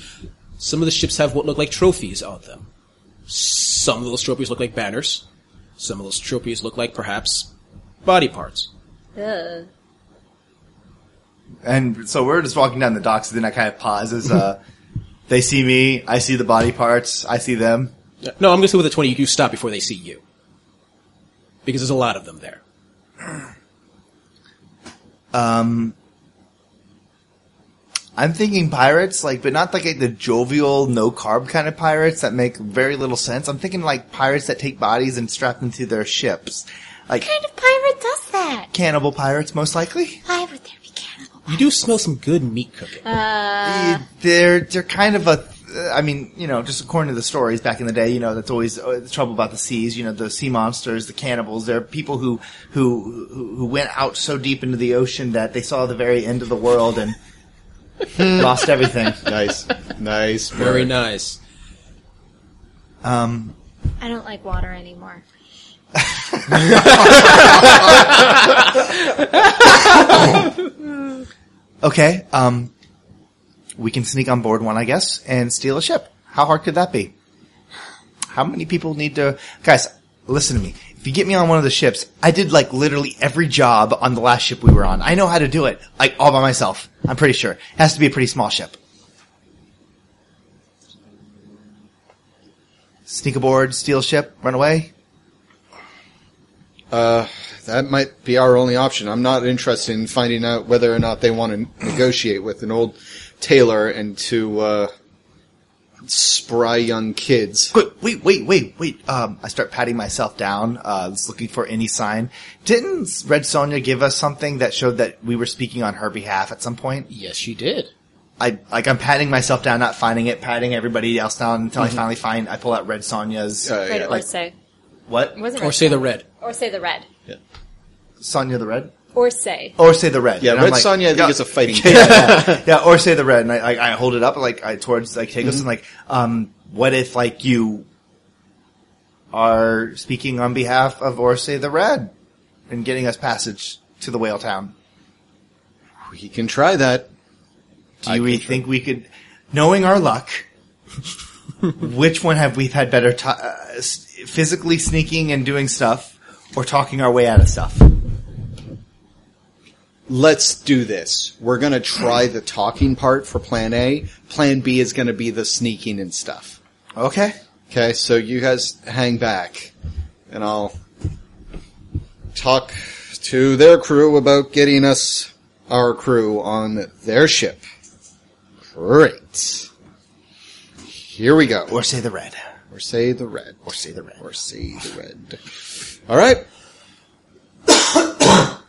S1: some of the ships have what look like trophies on them. Some of those trophies look like banners. Some of those trophies look like perhaps body parts.
S4: Ugh.
S5: And so we're just walking down the docks. Then I kind of pause as uh, they see me. I see the body parts. I see them.
S1: No, I'm going to say with a 20, you do stop before they see you. Because there's a lot of them there.
S5: I'm thinking pirates, like, but not like the jovial, no carb kind of pirates that make very little sense. I'm thinking like pirates that take bodies and strap them to their ships, like
S4: What kind of pirate does that? Uh.
S5: cannibal pirates, most likely.
S4: Why would there be cannibal?
S1: You do smell some good meat cooking.
S5: Eh, they're they're kind of a. I mean, you know, just according to the stories back in the day, you know, that's always uh, the trouble about the seas. You know, the sea monsters, the cannibals. They're people who who who who went out so deep into the ocean that they saw the very end of the world and lost everything.
S3: Nice. Nice.
S1: Very nice.
S5: Um,
S4: I don't like water anymore.
S5: okay, um, we can sneak on board one, I guess, and steal a ship. How hard could that be? How many people need to, guys, listen to me. If you get me on one of the ships, I did like literally every job on the last ship we were on. I know how to do it, like all by myself. I'm pretty sure. It has to be a pretty small ship. Sneak aboard, steal ship, run away.
S3: Uh, that might be our only option. I'm not interested in finding out whether or not they want to negotiate with an old tailor and two uh, spry young kids.
S5: Wait, wait, wait, wait, wait. Um, I start patting myself down, uh, just looking for any sign. Didn't Red Sonja give us something that showed that we were speaking on her behalf at some point?
S1: Yes, you did.
S5: I, like, I'm patting myself down, not finding it, patting everybody else down until I finally find, I pull out Red Sonja's,
S3: Mm-hmm. Uh,
S4: Red
S3: yeah.
S5: like-
S4: or say.
S5: what?
S4: It wasn't
S1: Or
S4: red.
S1: say the red.
S4: Or say the red.
S5: Sonja the Red?
S4: Or say.
S5: Or say the Red.
S3: yeah,
S5: And
S3: Red
S5: I'm like,
S3: Sonja, I think,
S5: yeah,
S3: is a fighting kid.
S5: yeah, or say the Red. And I, I, I hold it up, like, I, towards, like, Tagos and like, um, what if, like, you are speaking on behalf of Or say the Red and getting us passage to the whale town?
S3: we can try that.
S5: Do you think we could, knowing our luck, which one have we had better ti uh, s- physically sneaking and doing stuff, or talking our way out of stuff.
S3: let's do this. We're going to try the talking part for plan A. Plan B is going to be the sneaking and stuff.
S5: Okay.
S3: Okay, so you guys hang back and I'll talk to their crew about getting us our crew on their ship. Great. Here we go.
S5: Or say the red.
S3: Or say the red.
S5: Or say the red.
S3: Or say the red. All right.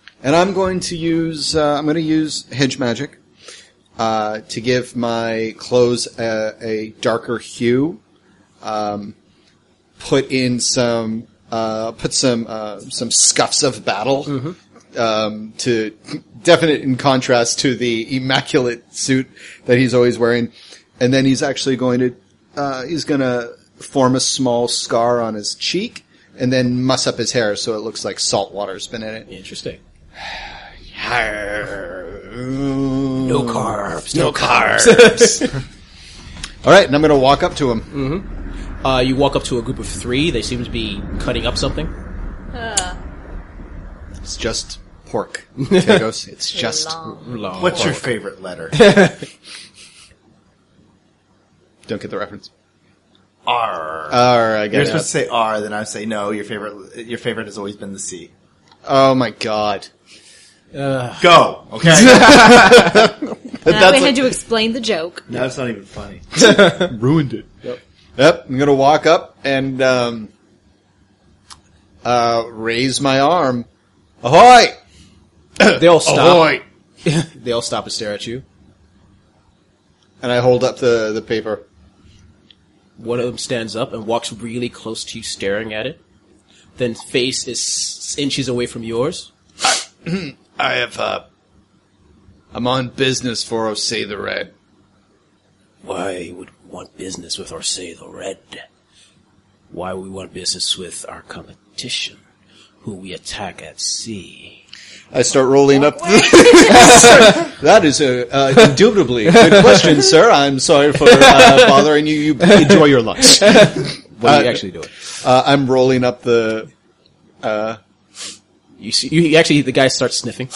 S3: and I'm going to use uh, I'm going to use hedge magic uh, to give my clothes a, a darker hue. Um, put in some uh, put some uh, some scuffs of battle. Um, to definite in contrast to the immaculate suit that he's always wearing, and then he's actually going to uh, he's going to form a small scar on his cheek, and then muss up his hair so it looks like salt water's been in it.
S1: Interesting.
S3: No
S1: carbs. No carbs.
S3: All right, and I'm going to walk up to him.
S1: Uh, you walk up to a group of three. They seem to be cutting up something.
S3: It's just pork. potatoes. It's just
S1: Long.
S5: What's your favorite letter?
S3: don't get the reference.
S5: R.
S3: All right,
S5: You're
S3: get
S5: supposed to say R, then I say no. Your favorite, your favorite has always been the C.
S3: Oh my god.
S5: Go. Okay.
S3: That's
S4: we
S3: like-
S4: had to explain the joke.
S5: no, it's not even funny.
S3: ruined it. Yep. I'm gonna walk up and um, uh, raise my arm. Ahoy!
S1: They all stop.
S3: Ahoy!
S1: They all stop and stare at you.
S3: And I hold up the the paper.
S1: One of them stands up and walks really close to you, staring at it. Then face is s- inches away from yours.
S3: I have. Uh, I'm on business for oh say the red.
S1: Why would we want business with Orsay the Red? Why would we want business with our competition, who we attack at sea?
S3: I start rolling up. that is a uh, indubitably good question, sir. I'm sorry for uh, bothering you. You enjoy your lunch. Uh,
S1: What are you
S3: Uh,
S1: actually doing?
S3: I'm rolling up the. Uh,
S1: You see, you actually the guy starts sniffing.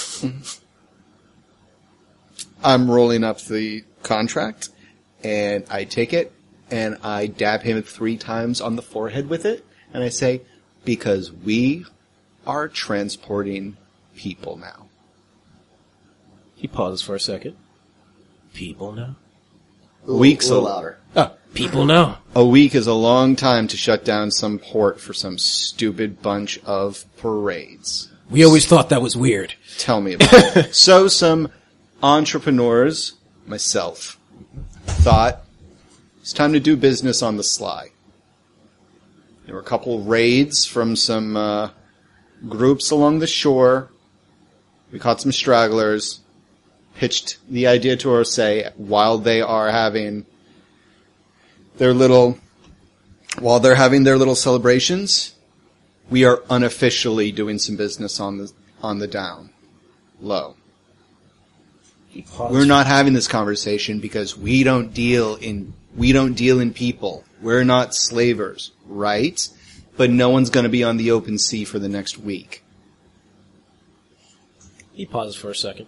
S3: I'm rolling up the contract, and I take it and I dab him three times on the forehead with it, and I say, "Because we are transporting people now."
S1: He pauses for a second. People know.
S3: Weeks
S5: little
S3: al-
S5: louder.
S1: Oh, people know.
S3: A week is a long time to shut down some port for some stupid bunch of parades.
S1: We always thought that was weird.
S3: Tell me about it. So some entrepreneurs, myself, thought it's time to do business on the sly. There were a couple raids from some uh, groups along the shore. We caught some stragglers, pitched the idea to Orsay while they are having their little while they're having their little celebrations we are unofficially doing some business on the on the down low. We're not having this conversation because we don't deal in we don't deal in people. We're not slavers, right? But no one's going to be on the open sea for the next week.
S1: He pauses for a second.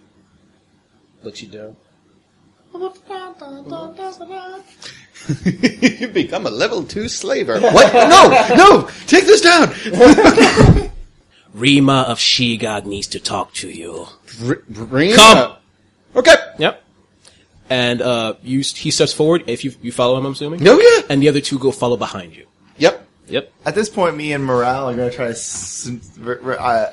S1: Looks you down.
S3: you become a level two slaver. What? No, no! Take this down.
S1: Rima of Shigog needs to talk to you.
S3: R- Rima.
S1: Come.
S3: Okay.
S1: Yep. And uh, you, he steps forward. If you you follow him, I'm assuming.
S3: No, yeah.
S1: And the other two go follow behind you.
S3: Yep.
S1: Yep.
S5: At this point, me and Morale are going to try to. s- r- r- uh,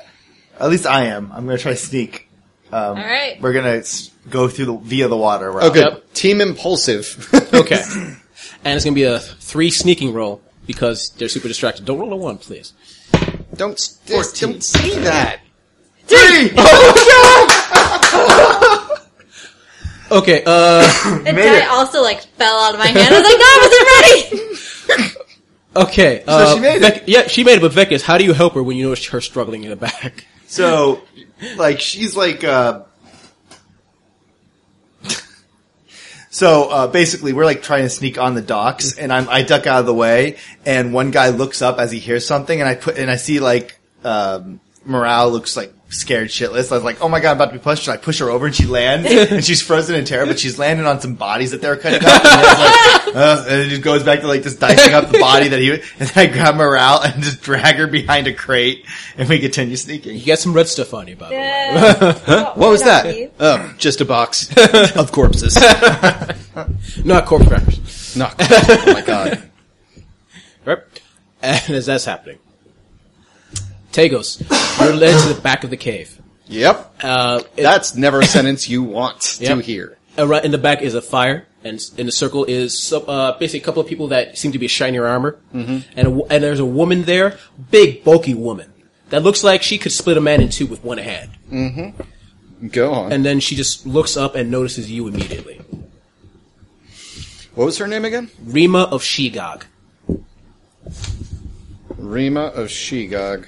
S5: at least I am. I'm going to try to sneak. Um,
S4: All right.
S5: We're going to go through the via the water. Route.
S3: Oh, good.
S1: Yep.
S3: Team impulsive.
S1: Okay. and it's gonna be a three sneaking roll because they're super distracted. Don't roll a one, please.
S3: don't don't say that.
S1: Okay. Uh.
S4: The die also like fell out of my hand. I was like, that wasn't ready.
S1: Okay. uh,
S5: she made it.
S1: Vec- yeah, she made it. But Veckus, how do you help her when you know her struggling in the back?
S5: So, like, she's like, uh, so, uh, basically we're like trying to sneak on the docks and I'm, I duck out of the way and one guy looks up as he hears something and I put, and I see like, um, Morale looks like scared shitless. I was like, oh my god, I'm about to be punched. And I push her over and she lands. and she's frozen in terror, but she's landing on some bodies that they were cutting up. And, it's like, uh, and it just goes back to like just dicing up the body that he And then I grab Morale and just drag her behind a crate and we continue sneaking.
S1: You got some red stuff on you, by the way.
S5: What was that? Oh, just a box of corpses.
S1: Not corpse crackers.
S3: No. Oh my god.
S1: Right? And as that's happening, Tagos, you're led to the back of the cave.
S3: Yep.
S1: Uh, it-
S3: That's never a sentence you want to
S1: Yep.
S3: hear.
S1: uh, right in the back is a fire, and s- in the circle is some, uh, basically a couple of people that seem to be shinier armor, mm-hmm. and a wo- and there's a woman there, big bulky woman that looks like she could split a man in two with one hand,
S3: Mm. Go on.
S1: and then she just looks up and notices you immediately.
S3: what was her name again?
S1: Rima of Shegog.
S3: Rima of Shegog.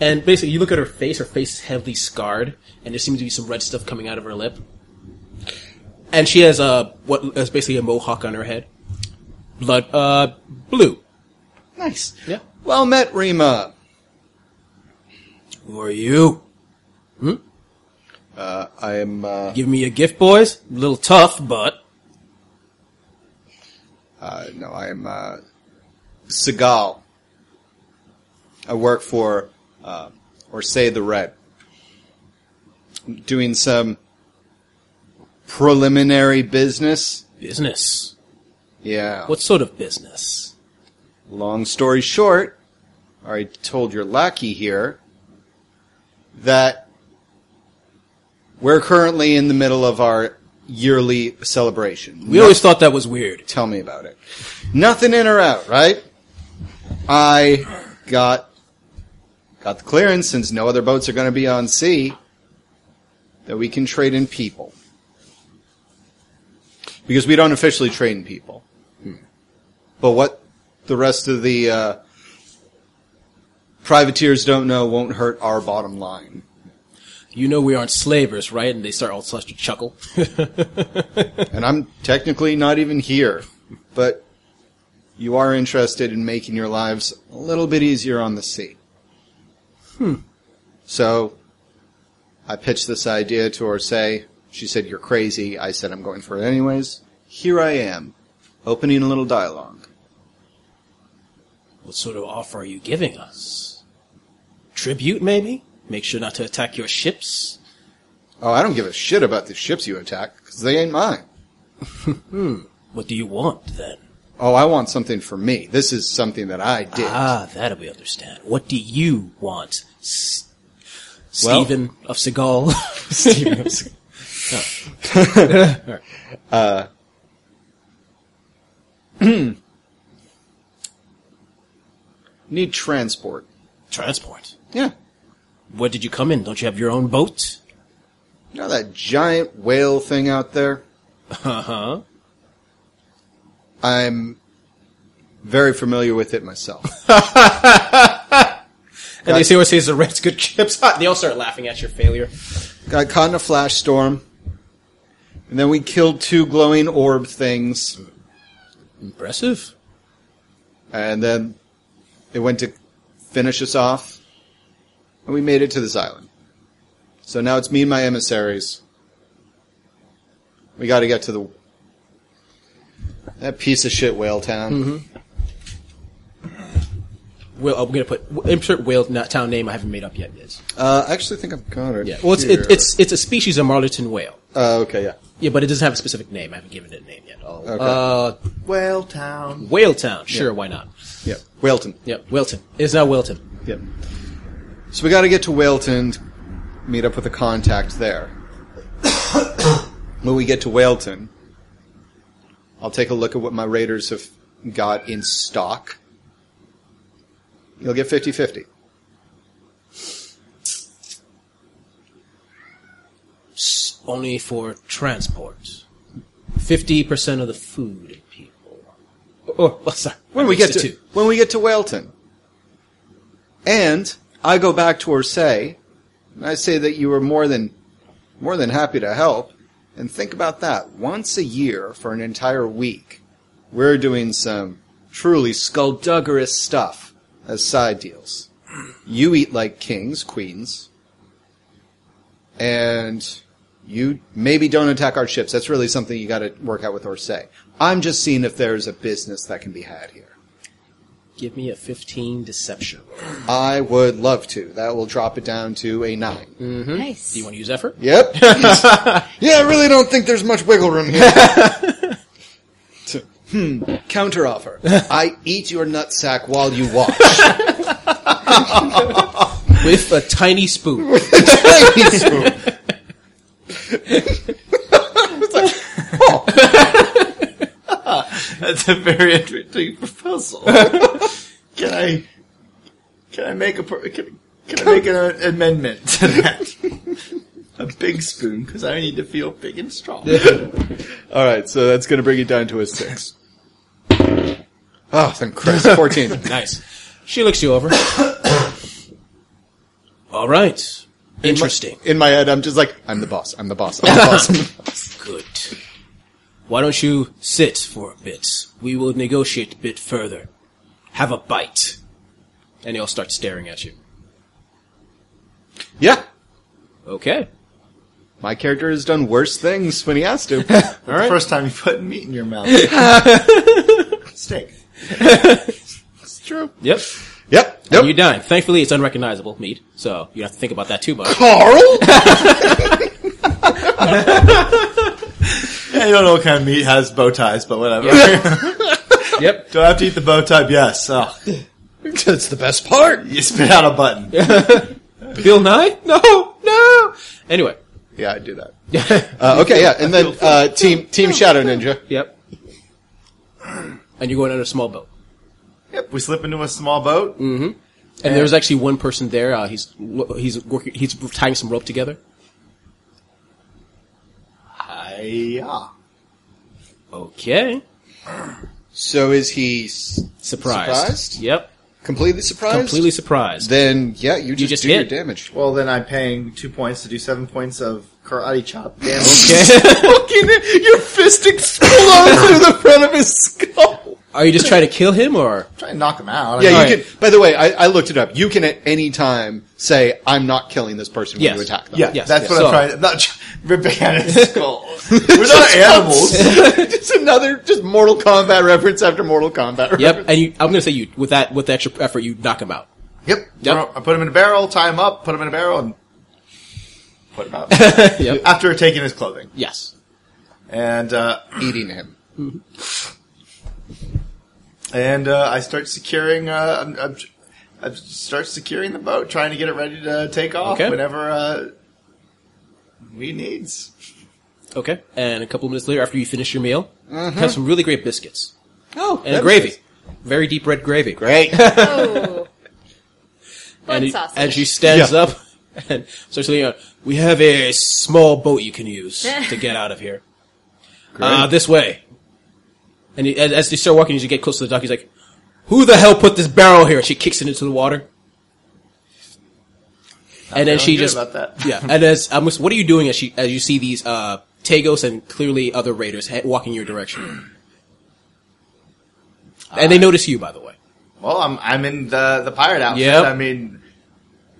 S1: And basically, you look at her face, her face is heavily scarred, and there seems to be some red stuff coming out of her lip. And she has a, what is basically a mohawk on her head. Blood, uh, blue.
S3: Nice.
S1: Yeah.
S3: Well met, Rima.
S1: Who are you?
S3: Uh, I am. Uh,
S1: Give me a gift, boys. A little tough, but.
S3: uh, no, I am uh, Segal. I work for uh, Orsay the Red. I'm doing some preliminary business.
S1: Business.
S3: Yeah.
S1: What sort of business?
S3: Long story short, I already told your lackey here that we're currently in the middle of our yearly celebration.
S1: We always thought that was weird.
S3: tell me about it. Nothing in or out, right? I got got the clearance since no other boats are going to be on sea that we can trade in people. Because we don't officially trade in people. But what the rest of the uh, privateers don't know won't hurt our bottom line.
S1: You know we aren't slavers, right? And they start all such to chuckle.
S3: And I'm technically not even here, but you are interested in making your lives a little bit easier on the sea. Hmm. So I pitched this idea to Orsay. She said, You're crazy. I said, I'm going for it anyways. Here I am, opening a little dialogue.
S1: What sort of offer are you giving us? Tribute, maybe? Make sure not to attack your ships?
S3: Oh, I don't give a shit about the ships you attack, because they ain't mine.
S1: What do you want, then?
S3: Oh, I want something for me. This is something that I did.
S1: Ah, that'll be understand. What do you want, S-
S3: Well-
S1: Stephen of Seagal?
S3: Need transport.
S1: Transport.
S3: Yeah.
S1: Where did you come in? Don't you have your own boat?
S3: You know that giant whale thing out there?
S1: Uh huh.
S3: I'm very familiar with it myself.
S1: And they oh, see what says the red's good chips. Ha! they all start laughing at your failure.
S3: Got caught in a flash storm, and then we killed two glowing orb things,
S1: Impressive.
S3: and then they went to finish us off, and we made it to this island. So now it's me and my emissaries. We got to get to the that piece of shit whale town.
S1: Well, I'm gonna put insert whale not town name I haven't made up yet. Is
S3: Uh, I actually think I've got it.
S1: yeah. Well, it's
S3: here.
S1: it, it's it's a species of marlin whale.
S3: uh, okay, yeah.
S1: Yeah, but it doesn't have a specific name. I haven't given it a name yet. Oh,
S3: Okay.
S1: Uh,
S5: Whale Town.
S1: whale town. Sure, why not?
S3: Yeah, Whaleton.
S1: Yeah, Wilton. It's not Wilton.
S3: Yep. So we got to get to Whaleton, to meet up with a contact there. when we get to Whaleton, I'll take a look at what my Raiders have got in stock. You'll get 50 50.
S1: Only for transport. Fifty percent of the food and people. Or well, sorry.
S3: Oh, When we
S1: Makes
S3: get
S1: it
S3: to when we get to Whaleton, and I go back to Orsay, and I say that you were more than more than happy to help. And think about that: once a year for an entire week, we're doing some truly skullduggerous stuff as side deals. You eat like kings, queens, and you maybe don't attack our ships. That's really something you got to work out with Orsay. I'm just seeing if there's a business that can be had here.
S1: Give me a 15 deception.
S3: I would love to. That will drop it down to a nine.
S4: Nice.
S1: Do you want to use effort?
S3: Yep. yeah, I really don't think there's much wiggle room here. hmm. Counter offer. I eat your nutsack while you watch.
S1: With a tiny spoon.
S5: That's a very interesting proposal. can I? Can I make a? pro- Can, can I make an amendment to that? a big spoon because I need to feel big and strong.
S3: All right, so that's going to bring it down to a six. Oh, thank Christ. 14.
S1: nice. She looks you over. All right. Interesting.
S3: In my head, I'm just like, I'm the boss. I'm the boss. I'm the boss. I'm the boss.
S1: Good. Why don't you sit for a bit? We will negotiate a bit further. Have a bite. And they all start staring at you.
S3: yeah.
S1: Okay.
S3: My character has done worse things when he has to.
S5: The first time you put meat in your mouth. Steak.
S3: it's true.
S1: Yep.
S3: Yep. Yep.
S1: You dine. Thankfully, it's unrecognizable meat, so you don't have to think about that too much.
S3: Carl?
S5: I don't know what kind of meat has bow ties, but whatever.
S1: yep.
S5: Do I have to eat the bow tie? Yes. Oh,
S3: That's the best part.
S5: you spit out a button.
S1: Bill Nye? No, no. Anyway.
S3: Yeah, I do that. Uh, okay, yeah, and then uh, team team Shadow Ninja.
S1: Yep. And you're going on a small boat.
S5: Yep. We slip into a small boat.
S3: Mm.
S1: And there's actually one person there. Uh, he's he's working. He's tying some rope together.
S5: Hi-ya.
S1: Okay.
S3: So is he s-
S1: Surprised.
S3: Surprised?
S1: Yep.
S3: completely surprised?
S1: Completely surprised.
S3: Then yeah, you just,
S1: just
S3: do
S1: hit.
S3: your damage.
S5: Well, then I'm paying two points to do seven points of karate chop damage.
S3: Fucking your fist explodes through the front of his skull.
S1: Are you just trying to kill him, or
S5: Try and knock him out.
S3: Yeah, you
S1: Alright.
S3: can. By the way, I, I looked it up. You can at any time say, "I'm not killing this person" when
S1: Yes.
S3: you attack them.
S5: Yeah,
S1: Yes, yes.
S5: that's what
S1: So-
S5: I'm trying. I'm not tr- ripping out his skull. We're not animals.
S3: just another just Mortal Kombat reference after Mortal Kombat.
S1: yep? And you, I'm going to say you with that with extra effort, you knock him out.
S5: Yep.
S1: Yep.
S5: I put him in a barrel, tie him up, put him in a barrel, and put him out
S1: Yep.
S5: after taking his clothing.
S1: Yes.
S5: And uh,
S3: eating him.
S5: and uh, I start securing. Uh, I'm, I'm, I start securing the boat, trying to get it ready to take off
S1: Okay.
S5: whenever uh, we needs.
S1: Okay. And a couple minutes later, after you finish your meal,
S5: Mm-hmm.
S1: have some really great biscuits
S3: Oh,
S1: and gravy, very deep red gravy.
S3: Great.
S4: Oh. Blood
S1: and, he-
S4: sausage.
S1: and she stands
S3: Yeah.
S1: up and starts yelling out, "We have a small boat you can use to get out of here. Uh, this way." And he, as, as they start walking, as you get close to the dock, he's like, "Who the hell put this barrel here?" And she kicks it into the water. and then
S5: feeling
S1: she
S5: good
S1: just
S5: about that.
S1: yeah. And as I'm just, what are you doing as she as you see these uh, Tagos and clearly other raiders he- walking your direction? and they notice you, by the way.
S5: Well, I'm I'm in the the pirate outfit.
S1: Yep.
S5: I mean,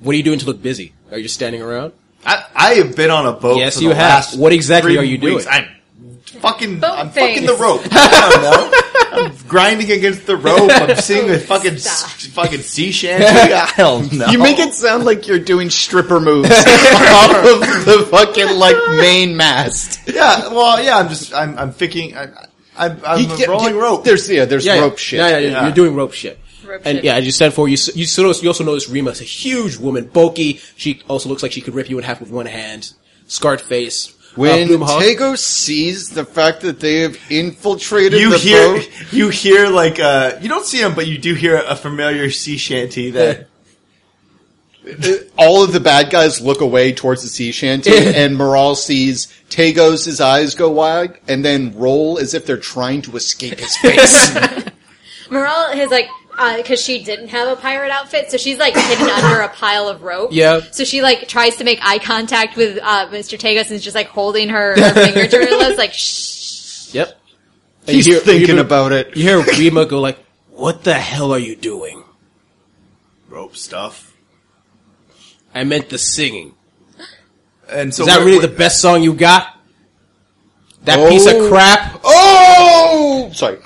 S1: What are you doing to look busy? Are you just standing around?
S5: I, I have been on a boat.
S1: Yes,
S5: for the
S1: you have.
S5: last
S1: What exactly
S5: three
S1: are you doing?
S5: weeks. I'm fucking.
S4: Boat
S5: I'm fucking
S4: face.
S5: the rope. I don't know. I'm grinding against the rope. I'm seeing the fucking
S4: Stop.
S5: s- fucking sea shanty. I don't know.
S3: You make it sound like you're doing stripper moves off of the fucking like main mast.
S5: Yeah. Well, yeah. I'm just. I'm. I'm picking. I'm. I'm, I'm
S3: You get-
S5: rolling
S3: get-
S5: rope.
S3: There's yeah, there's
S1: yeah, yeah.
S3: rope shit.
S1: Yeah, yeah, yeah,
S5: Yeah.
S1: You're doing rope shit.
S4: Rope
S1: and
S4: shit.
S1: yeah, as you stand forward, you s- you still you also notice Rima's a huge woman, bulky. She also looks like she could rip you in half with one hand, scarred face.
S3: When
S1: uh, Blumhoff-
S3: Tego sees the fact that they have infiltrated
S5: You
S3: the
S5: hear.
S3: boat,
S5: You hear like. Uh. You don't see him, but you do hear a familiar sea shanty that.
S3: all of the bad guys look away towards the sea shanty, and Moral sees Tego's his eyes go wide, and then roll as if they're trying to escape his face.
S4: Morel has like because she didn't have a pirate outfit, so she's like hidden under a pile of rope.
S1: Yeah.
S4: So she like tries to make eye contact with uh, Mr. Tagos and is just like holding her, her finger to her lips, like shh.
S1: Yep. And
S3: He's
S1: you hear- you
S3: thinking
S1: hear-
S3: about it.
S1: You hear Rima go like, "What the hell are you doing?"
S5: rope stuff.
S1: I meant the singing.
S5: And so
S1: Is that
S5: we're-
S1: really
S5: we're-
S1: the best song you got? That piece of crap?
S3: Oh, sorry.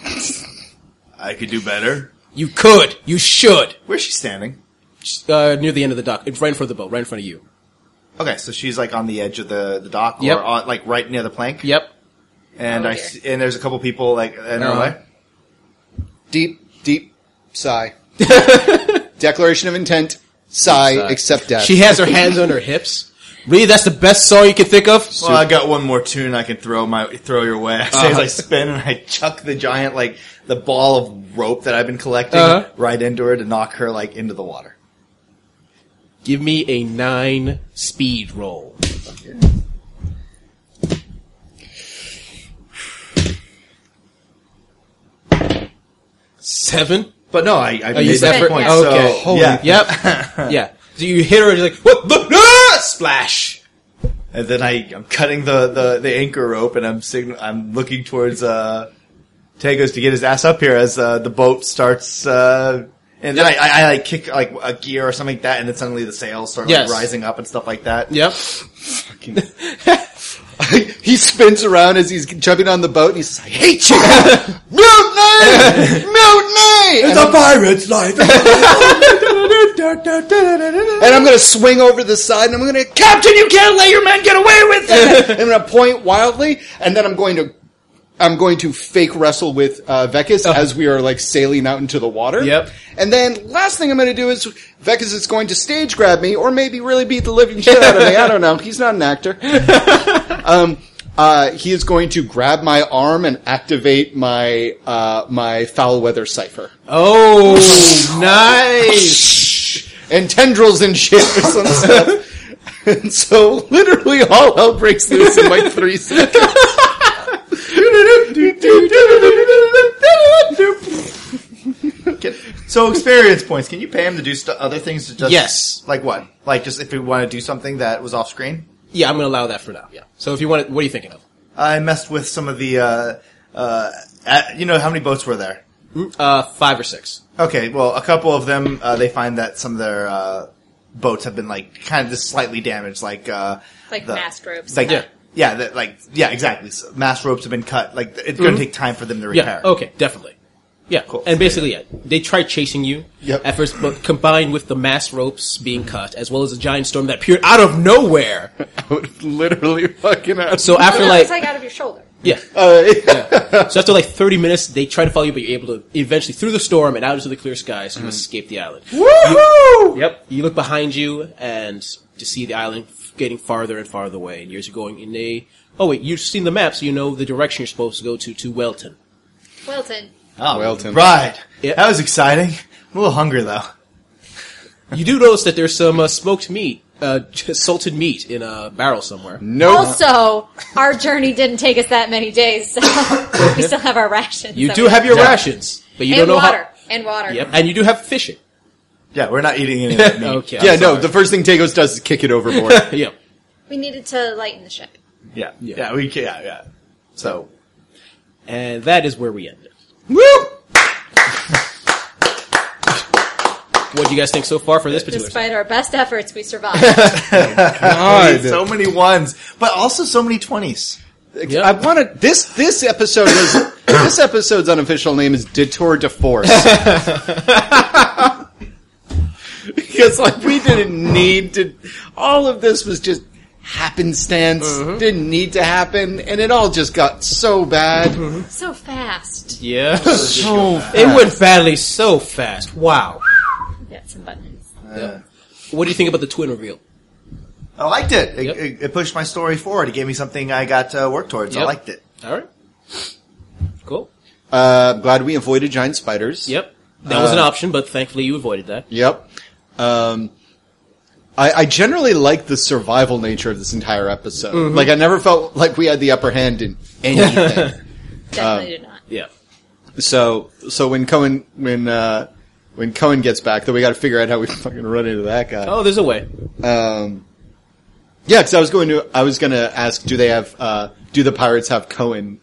S5: I could do better.
S1: You could. You should.
S5: Where's she standing?
S1: Uh, near the end of the dock. in- Right in front of the boat. Right in front of you.
S5: Okay, so she's like on the edge of the, the dock,
S1: Yep.
S5: or on, like right near the plank.
S1: Yep.
S5: And I s- and there's a couple people like in her
S1: Uh-huh.
S5: way.
S3: Deep, deep sigh. Declaration of intent. Sigh. Accept death.
S1: She has her hands on her hips. Really, that's the best song you can think of?
S5: Well, I got one more tune I can throw my throw your way. I
S1: Uh-huh.
S5: say as I spin and I chuck the giant like the ball of rope that I've been collecting
S1: Uh-huh.
S5: right into her to knock her like into the water.
S1: Give me a nine speed roll. Seven? Oh,
S5: But no, I, I
S1: you
S5: made
S1: said
S5: that
S1: that,
S5: point.
S1: yeah.
S5: So,
S1: Okay. Holy-
S5: yeah.
S1: Yep. yeah. So you hit her and you're like, what the? Ah! Splash!
S5: And then I I'm cutting the, the, the anchor rope and I'm sign- I'm looking towards uh Tagos to get his ass up here as uh, the boat starts. uh and then I, I, I like kick like a gear or something like that, and then suddenly the sails start like,
S1: Yes.
S5: rising up and stuff like that.
S1: Yep.
S3: he spins around as he's jumping on the boat and he says, I hate you! Mutiny! Mutiny! And I'm,
S5: pirate's life.
S3: and I'm gonna swing over the side and I'm gonna, Captain, you can't let your men get away with it! and I'm gonna point wildly and then I'm going to, I'm going to fake wrestle with, uh, Vekis as we are like sailing out into the water.
S1: Yep.
S3: And then last thing I'm gonna do is Vekis is going to stage grab me or maybe really beat the living shit out of me. I don't know. He's not an actor. Uh, he is going to grab my arm and activate my uh, my foul weather cipher
S1: Oh, nice.
S3: and tendrils and shit or some stuff. and so, literally, all hell breaks loose in like three seconds.
S5: so experience points. Can you pay him to do stu- other things? To just
S1: Yes.
S5: Like what? Like just if we want to do something that was off screen.
S1: Yeah, I'm gonna allow that for now. Yeah. So if you want, to, what are you thinking of?
S5: I messed with some of the. Uh, uh, a- you know how many boats were there?
S1: Uh, five or six.
S5: Okay, well, a couple of them uh, they find that some of their uh, boats have been like kind of just slightly damaged, like uh,
S6: Like
S5: the-
S6: mast ropes.
S5: it's like
S1: Yeah.
S5: yeah, that, like yeah, exactly. So mast ropes have been cut. Like it's going to take time for them to
S1: Mm-hmm. Yeah.
S5: repair.
S1: Okay. Definitely. Yeah.
S5: Cool.
S1: And basically, yeah, they tried chasing you
S3: Yep.
S1: at first, but combined with the mass ropes being cut, as well as a giant storm that appeared out of nowhere.
S3: literally, fucking out.
S1: So after
S6: No,
S1: like,
S6: it's like out of your shoulder.
S1: yeah. So after like 30 minutes, they try to follow you, but you're able to eventually through the storm and out into the clear skies to escape the island.
S5: Woohoo!
S1: Yep. You look behind you and to see the island f- getting farther and farther away, and you're just going in a. Oh wait, you've seen the map, so you know the direction you're supposed to go to to Welton.
S4: Wilton.
S5: Oh,
S3: Well, Tim.
S5: right.
S1: Yeah.
S5: That was exciting. I'm a little hungry though.
S1: You do notice that there's some uh, smoked meat, uh, salted meat in a barrel somewhere.
S3: no,
S4: Also, our journey didn't take us that many days, so we still have our rations.
S1: You
S4: that
S1: do
S4: we-
S1: have your
S5: Yeah.
S1: rations, but you
S4: and
S1: don't know
S4: water.
S1: how.
S4: And water.
S1: Yep, and you do have fishing.
S5: Yeah, we're not eating any of that meat.
S1: Okay.
S3: yeah, no. The first thing Tagos does is kick it overboard.
S1: Yep.
S4: We needed to lighten the ship.
S5: Yeah,
S1: Yeah.
S5: yeah, we can, yeah, yeah. So,
S1: And that is where we end. it.
S5: woo!
S1: What do you guys think so far for this particular?
S4: Despite our best efforts, we survived.
S5: So many ones, but also so many twenties.
S1: Yep.
S3: I want to. This this episode is this episode's unofficial name is Detour de Force. because like we didn't need to. All of this was just happenstance. Didn't need to happen, and it all just got so bad.
S4: so fast.
S1: yeah. it went badly so fast. Wow.
S4: Got some buttons.
S1: What do you think about the twin reveal?
S5: I liked it. It,
S1: Yep.
S5: it. it pushed my story forward. It gave me something I got to work towards. I
S1: Yep.
S5: liked it.
S1: All right. Cool.
S3: Uh, I'm glad we avoided giant spiders.
S1: Yep. That was an option, but thankfully you avoided that.
S3: Yep. Um, I, I generally like the survival nature of this entire episode. Like I never felt like we had the upper hand in anything.
S4: Definitely did not.
S1: Yeah.
S3: So so when Cohen when uh when Cohen gets back, then we got to figure out how we fucking run into that guy.
S1: Oh, there's a way.
S3: Um, yeah, because I was going to I was going to ask, do they have uh do the pirates have Cohen?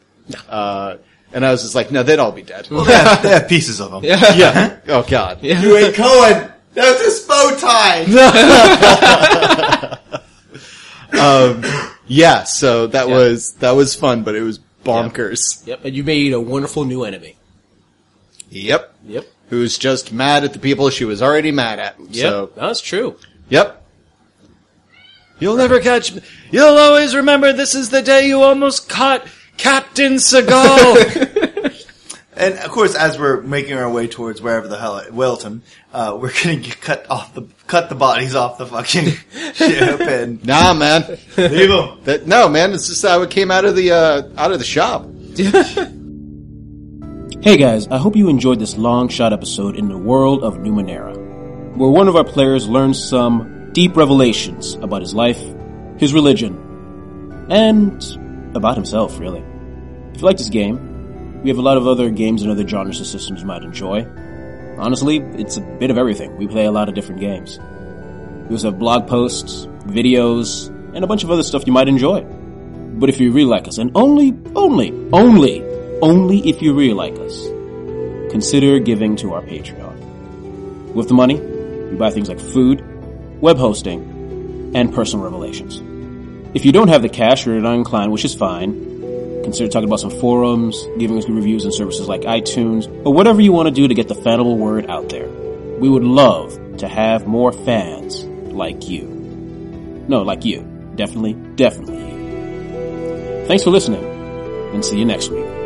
S3: Uh, and I was just like, no, they'd all be dead.
S5: They have, they have pieces of them.
S3: yeah. Oh God.
S5: You ain't Cohen. There's this bow tie.
S3: Yeah, so that was that was fun, but it was bonkers.
S8: Yep, and you made a wonderful new enemy.
S3: Yep.
S8: Yep.
S3: Who's just mad at the people she was already mad at.
S8: Yep.
S3: So,
S8: That's true.
S3: yep.
S9: You'll never catch me. You'll always remember this is the day you almost caught Captain Seagal.
S5: And of course, as we're making our way towards wherever the hell it, Wilton, uh, we're gonna get cut off the cut the bodies off the fucking ship and
S3: Nah, man.
S5: leave them.
S3: that no, man. It's just how it came out of the uh, out of the shop.
S1: Hey guys, I hope you enjoyed this long shot episode in the world of Numenera, where one of our players learns some deep revelations about his life, his religion, and about himself, really. If you like this game, we have a lot of other games and other genres and systems you might enjoy. Honestly, it's a bit of everything. We play a lot of different games. We also have blog posts, videos, and a bunch of other stuff you might enjoy. But if you really like us, and only, only, only, only if you really like us, consider giving to our Patreon. With the money, you buy things like food, web hosting, and personal revelations. If you don't have the cash or you're not inclined, which is fine, consider talking about some forums, giving us good reviews and services like iTunes, or whatever you want to do to get the fanable word out there. We would love to have more fans like you. No, like you. Definitely, definitely you. Thanks for listening, and see you next week.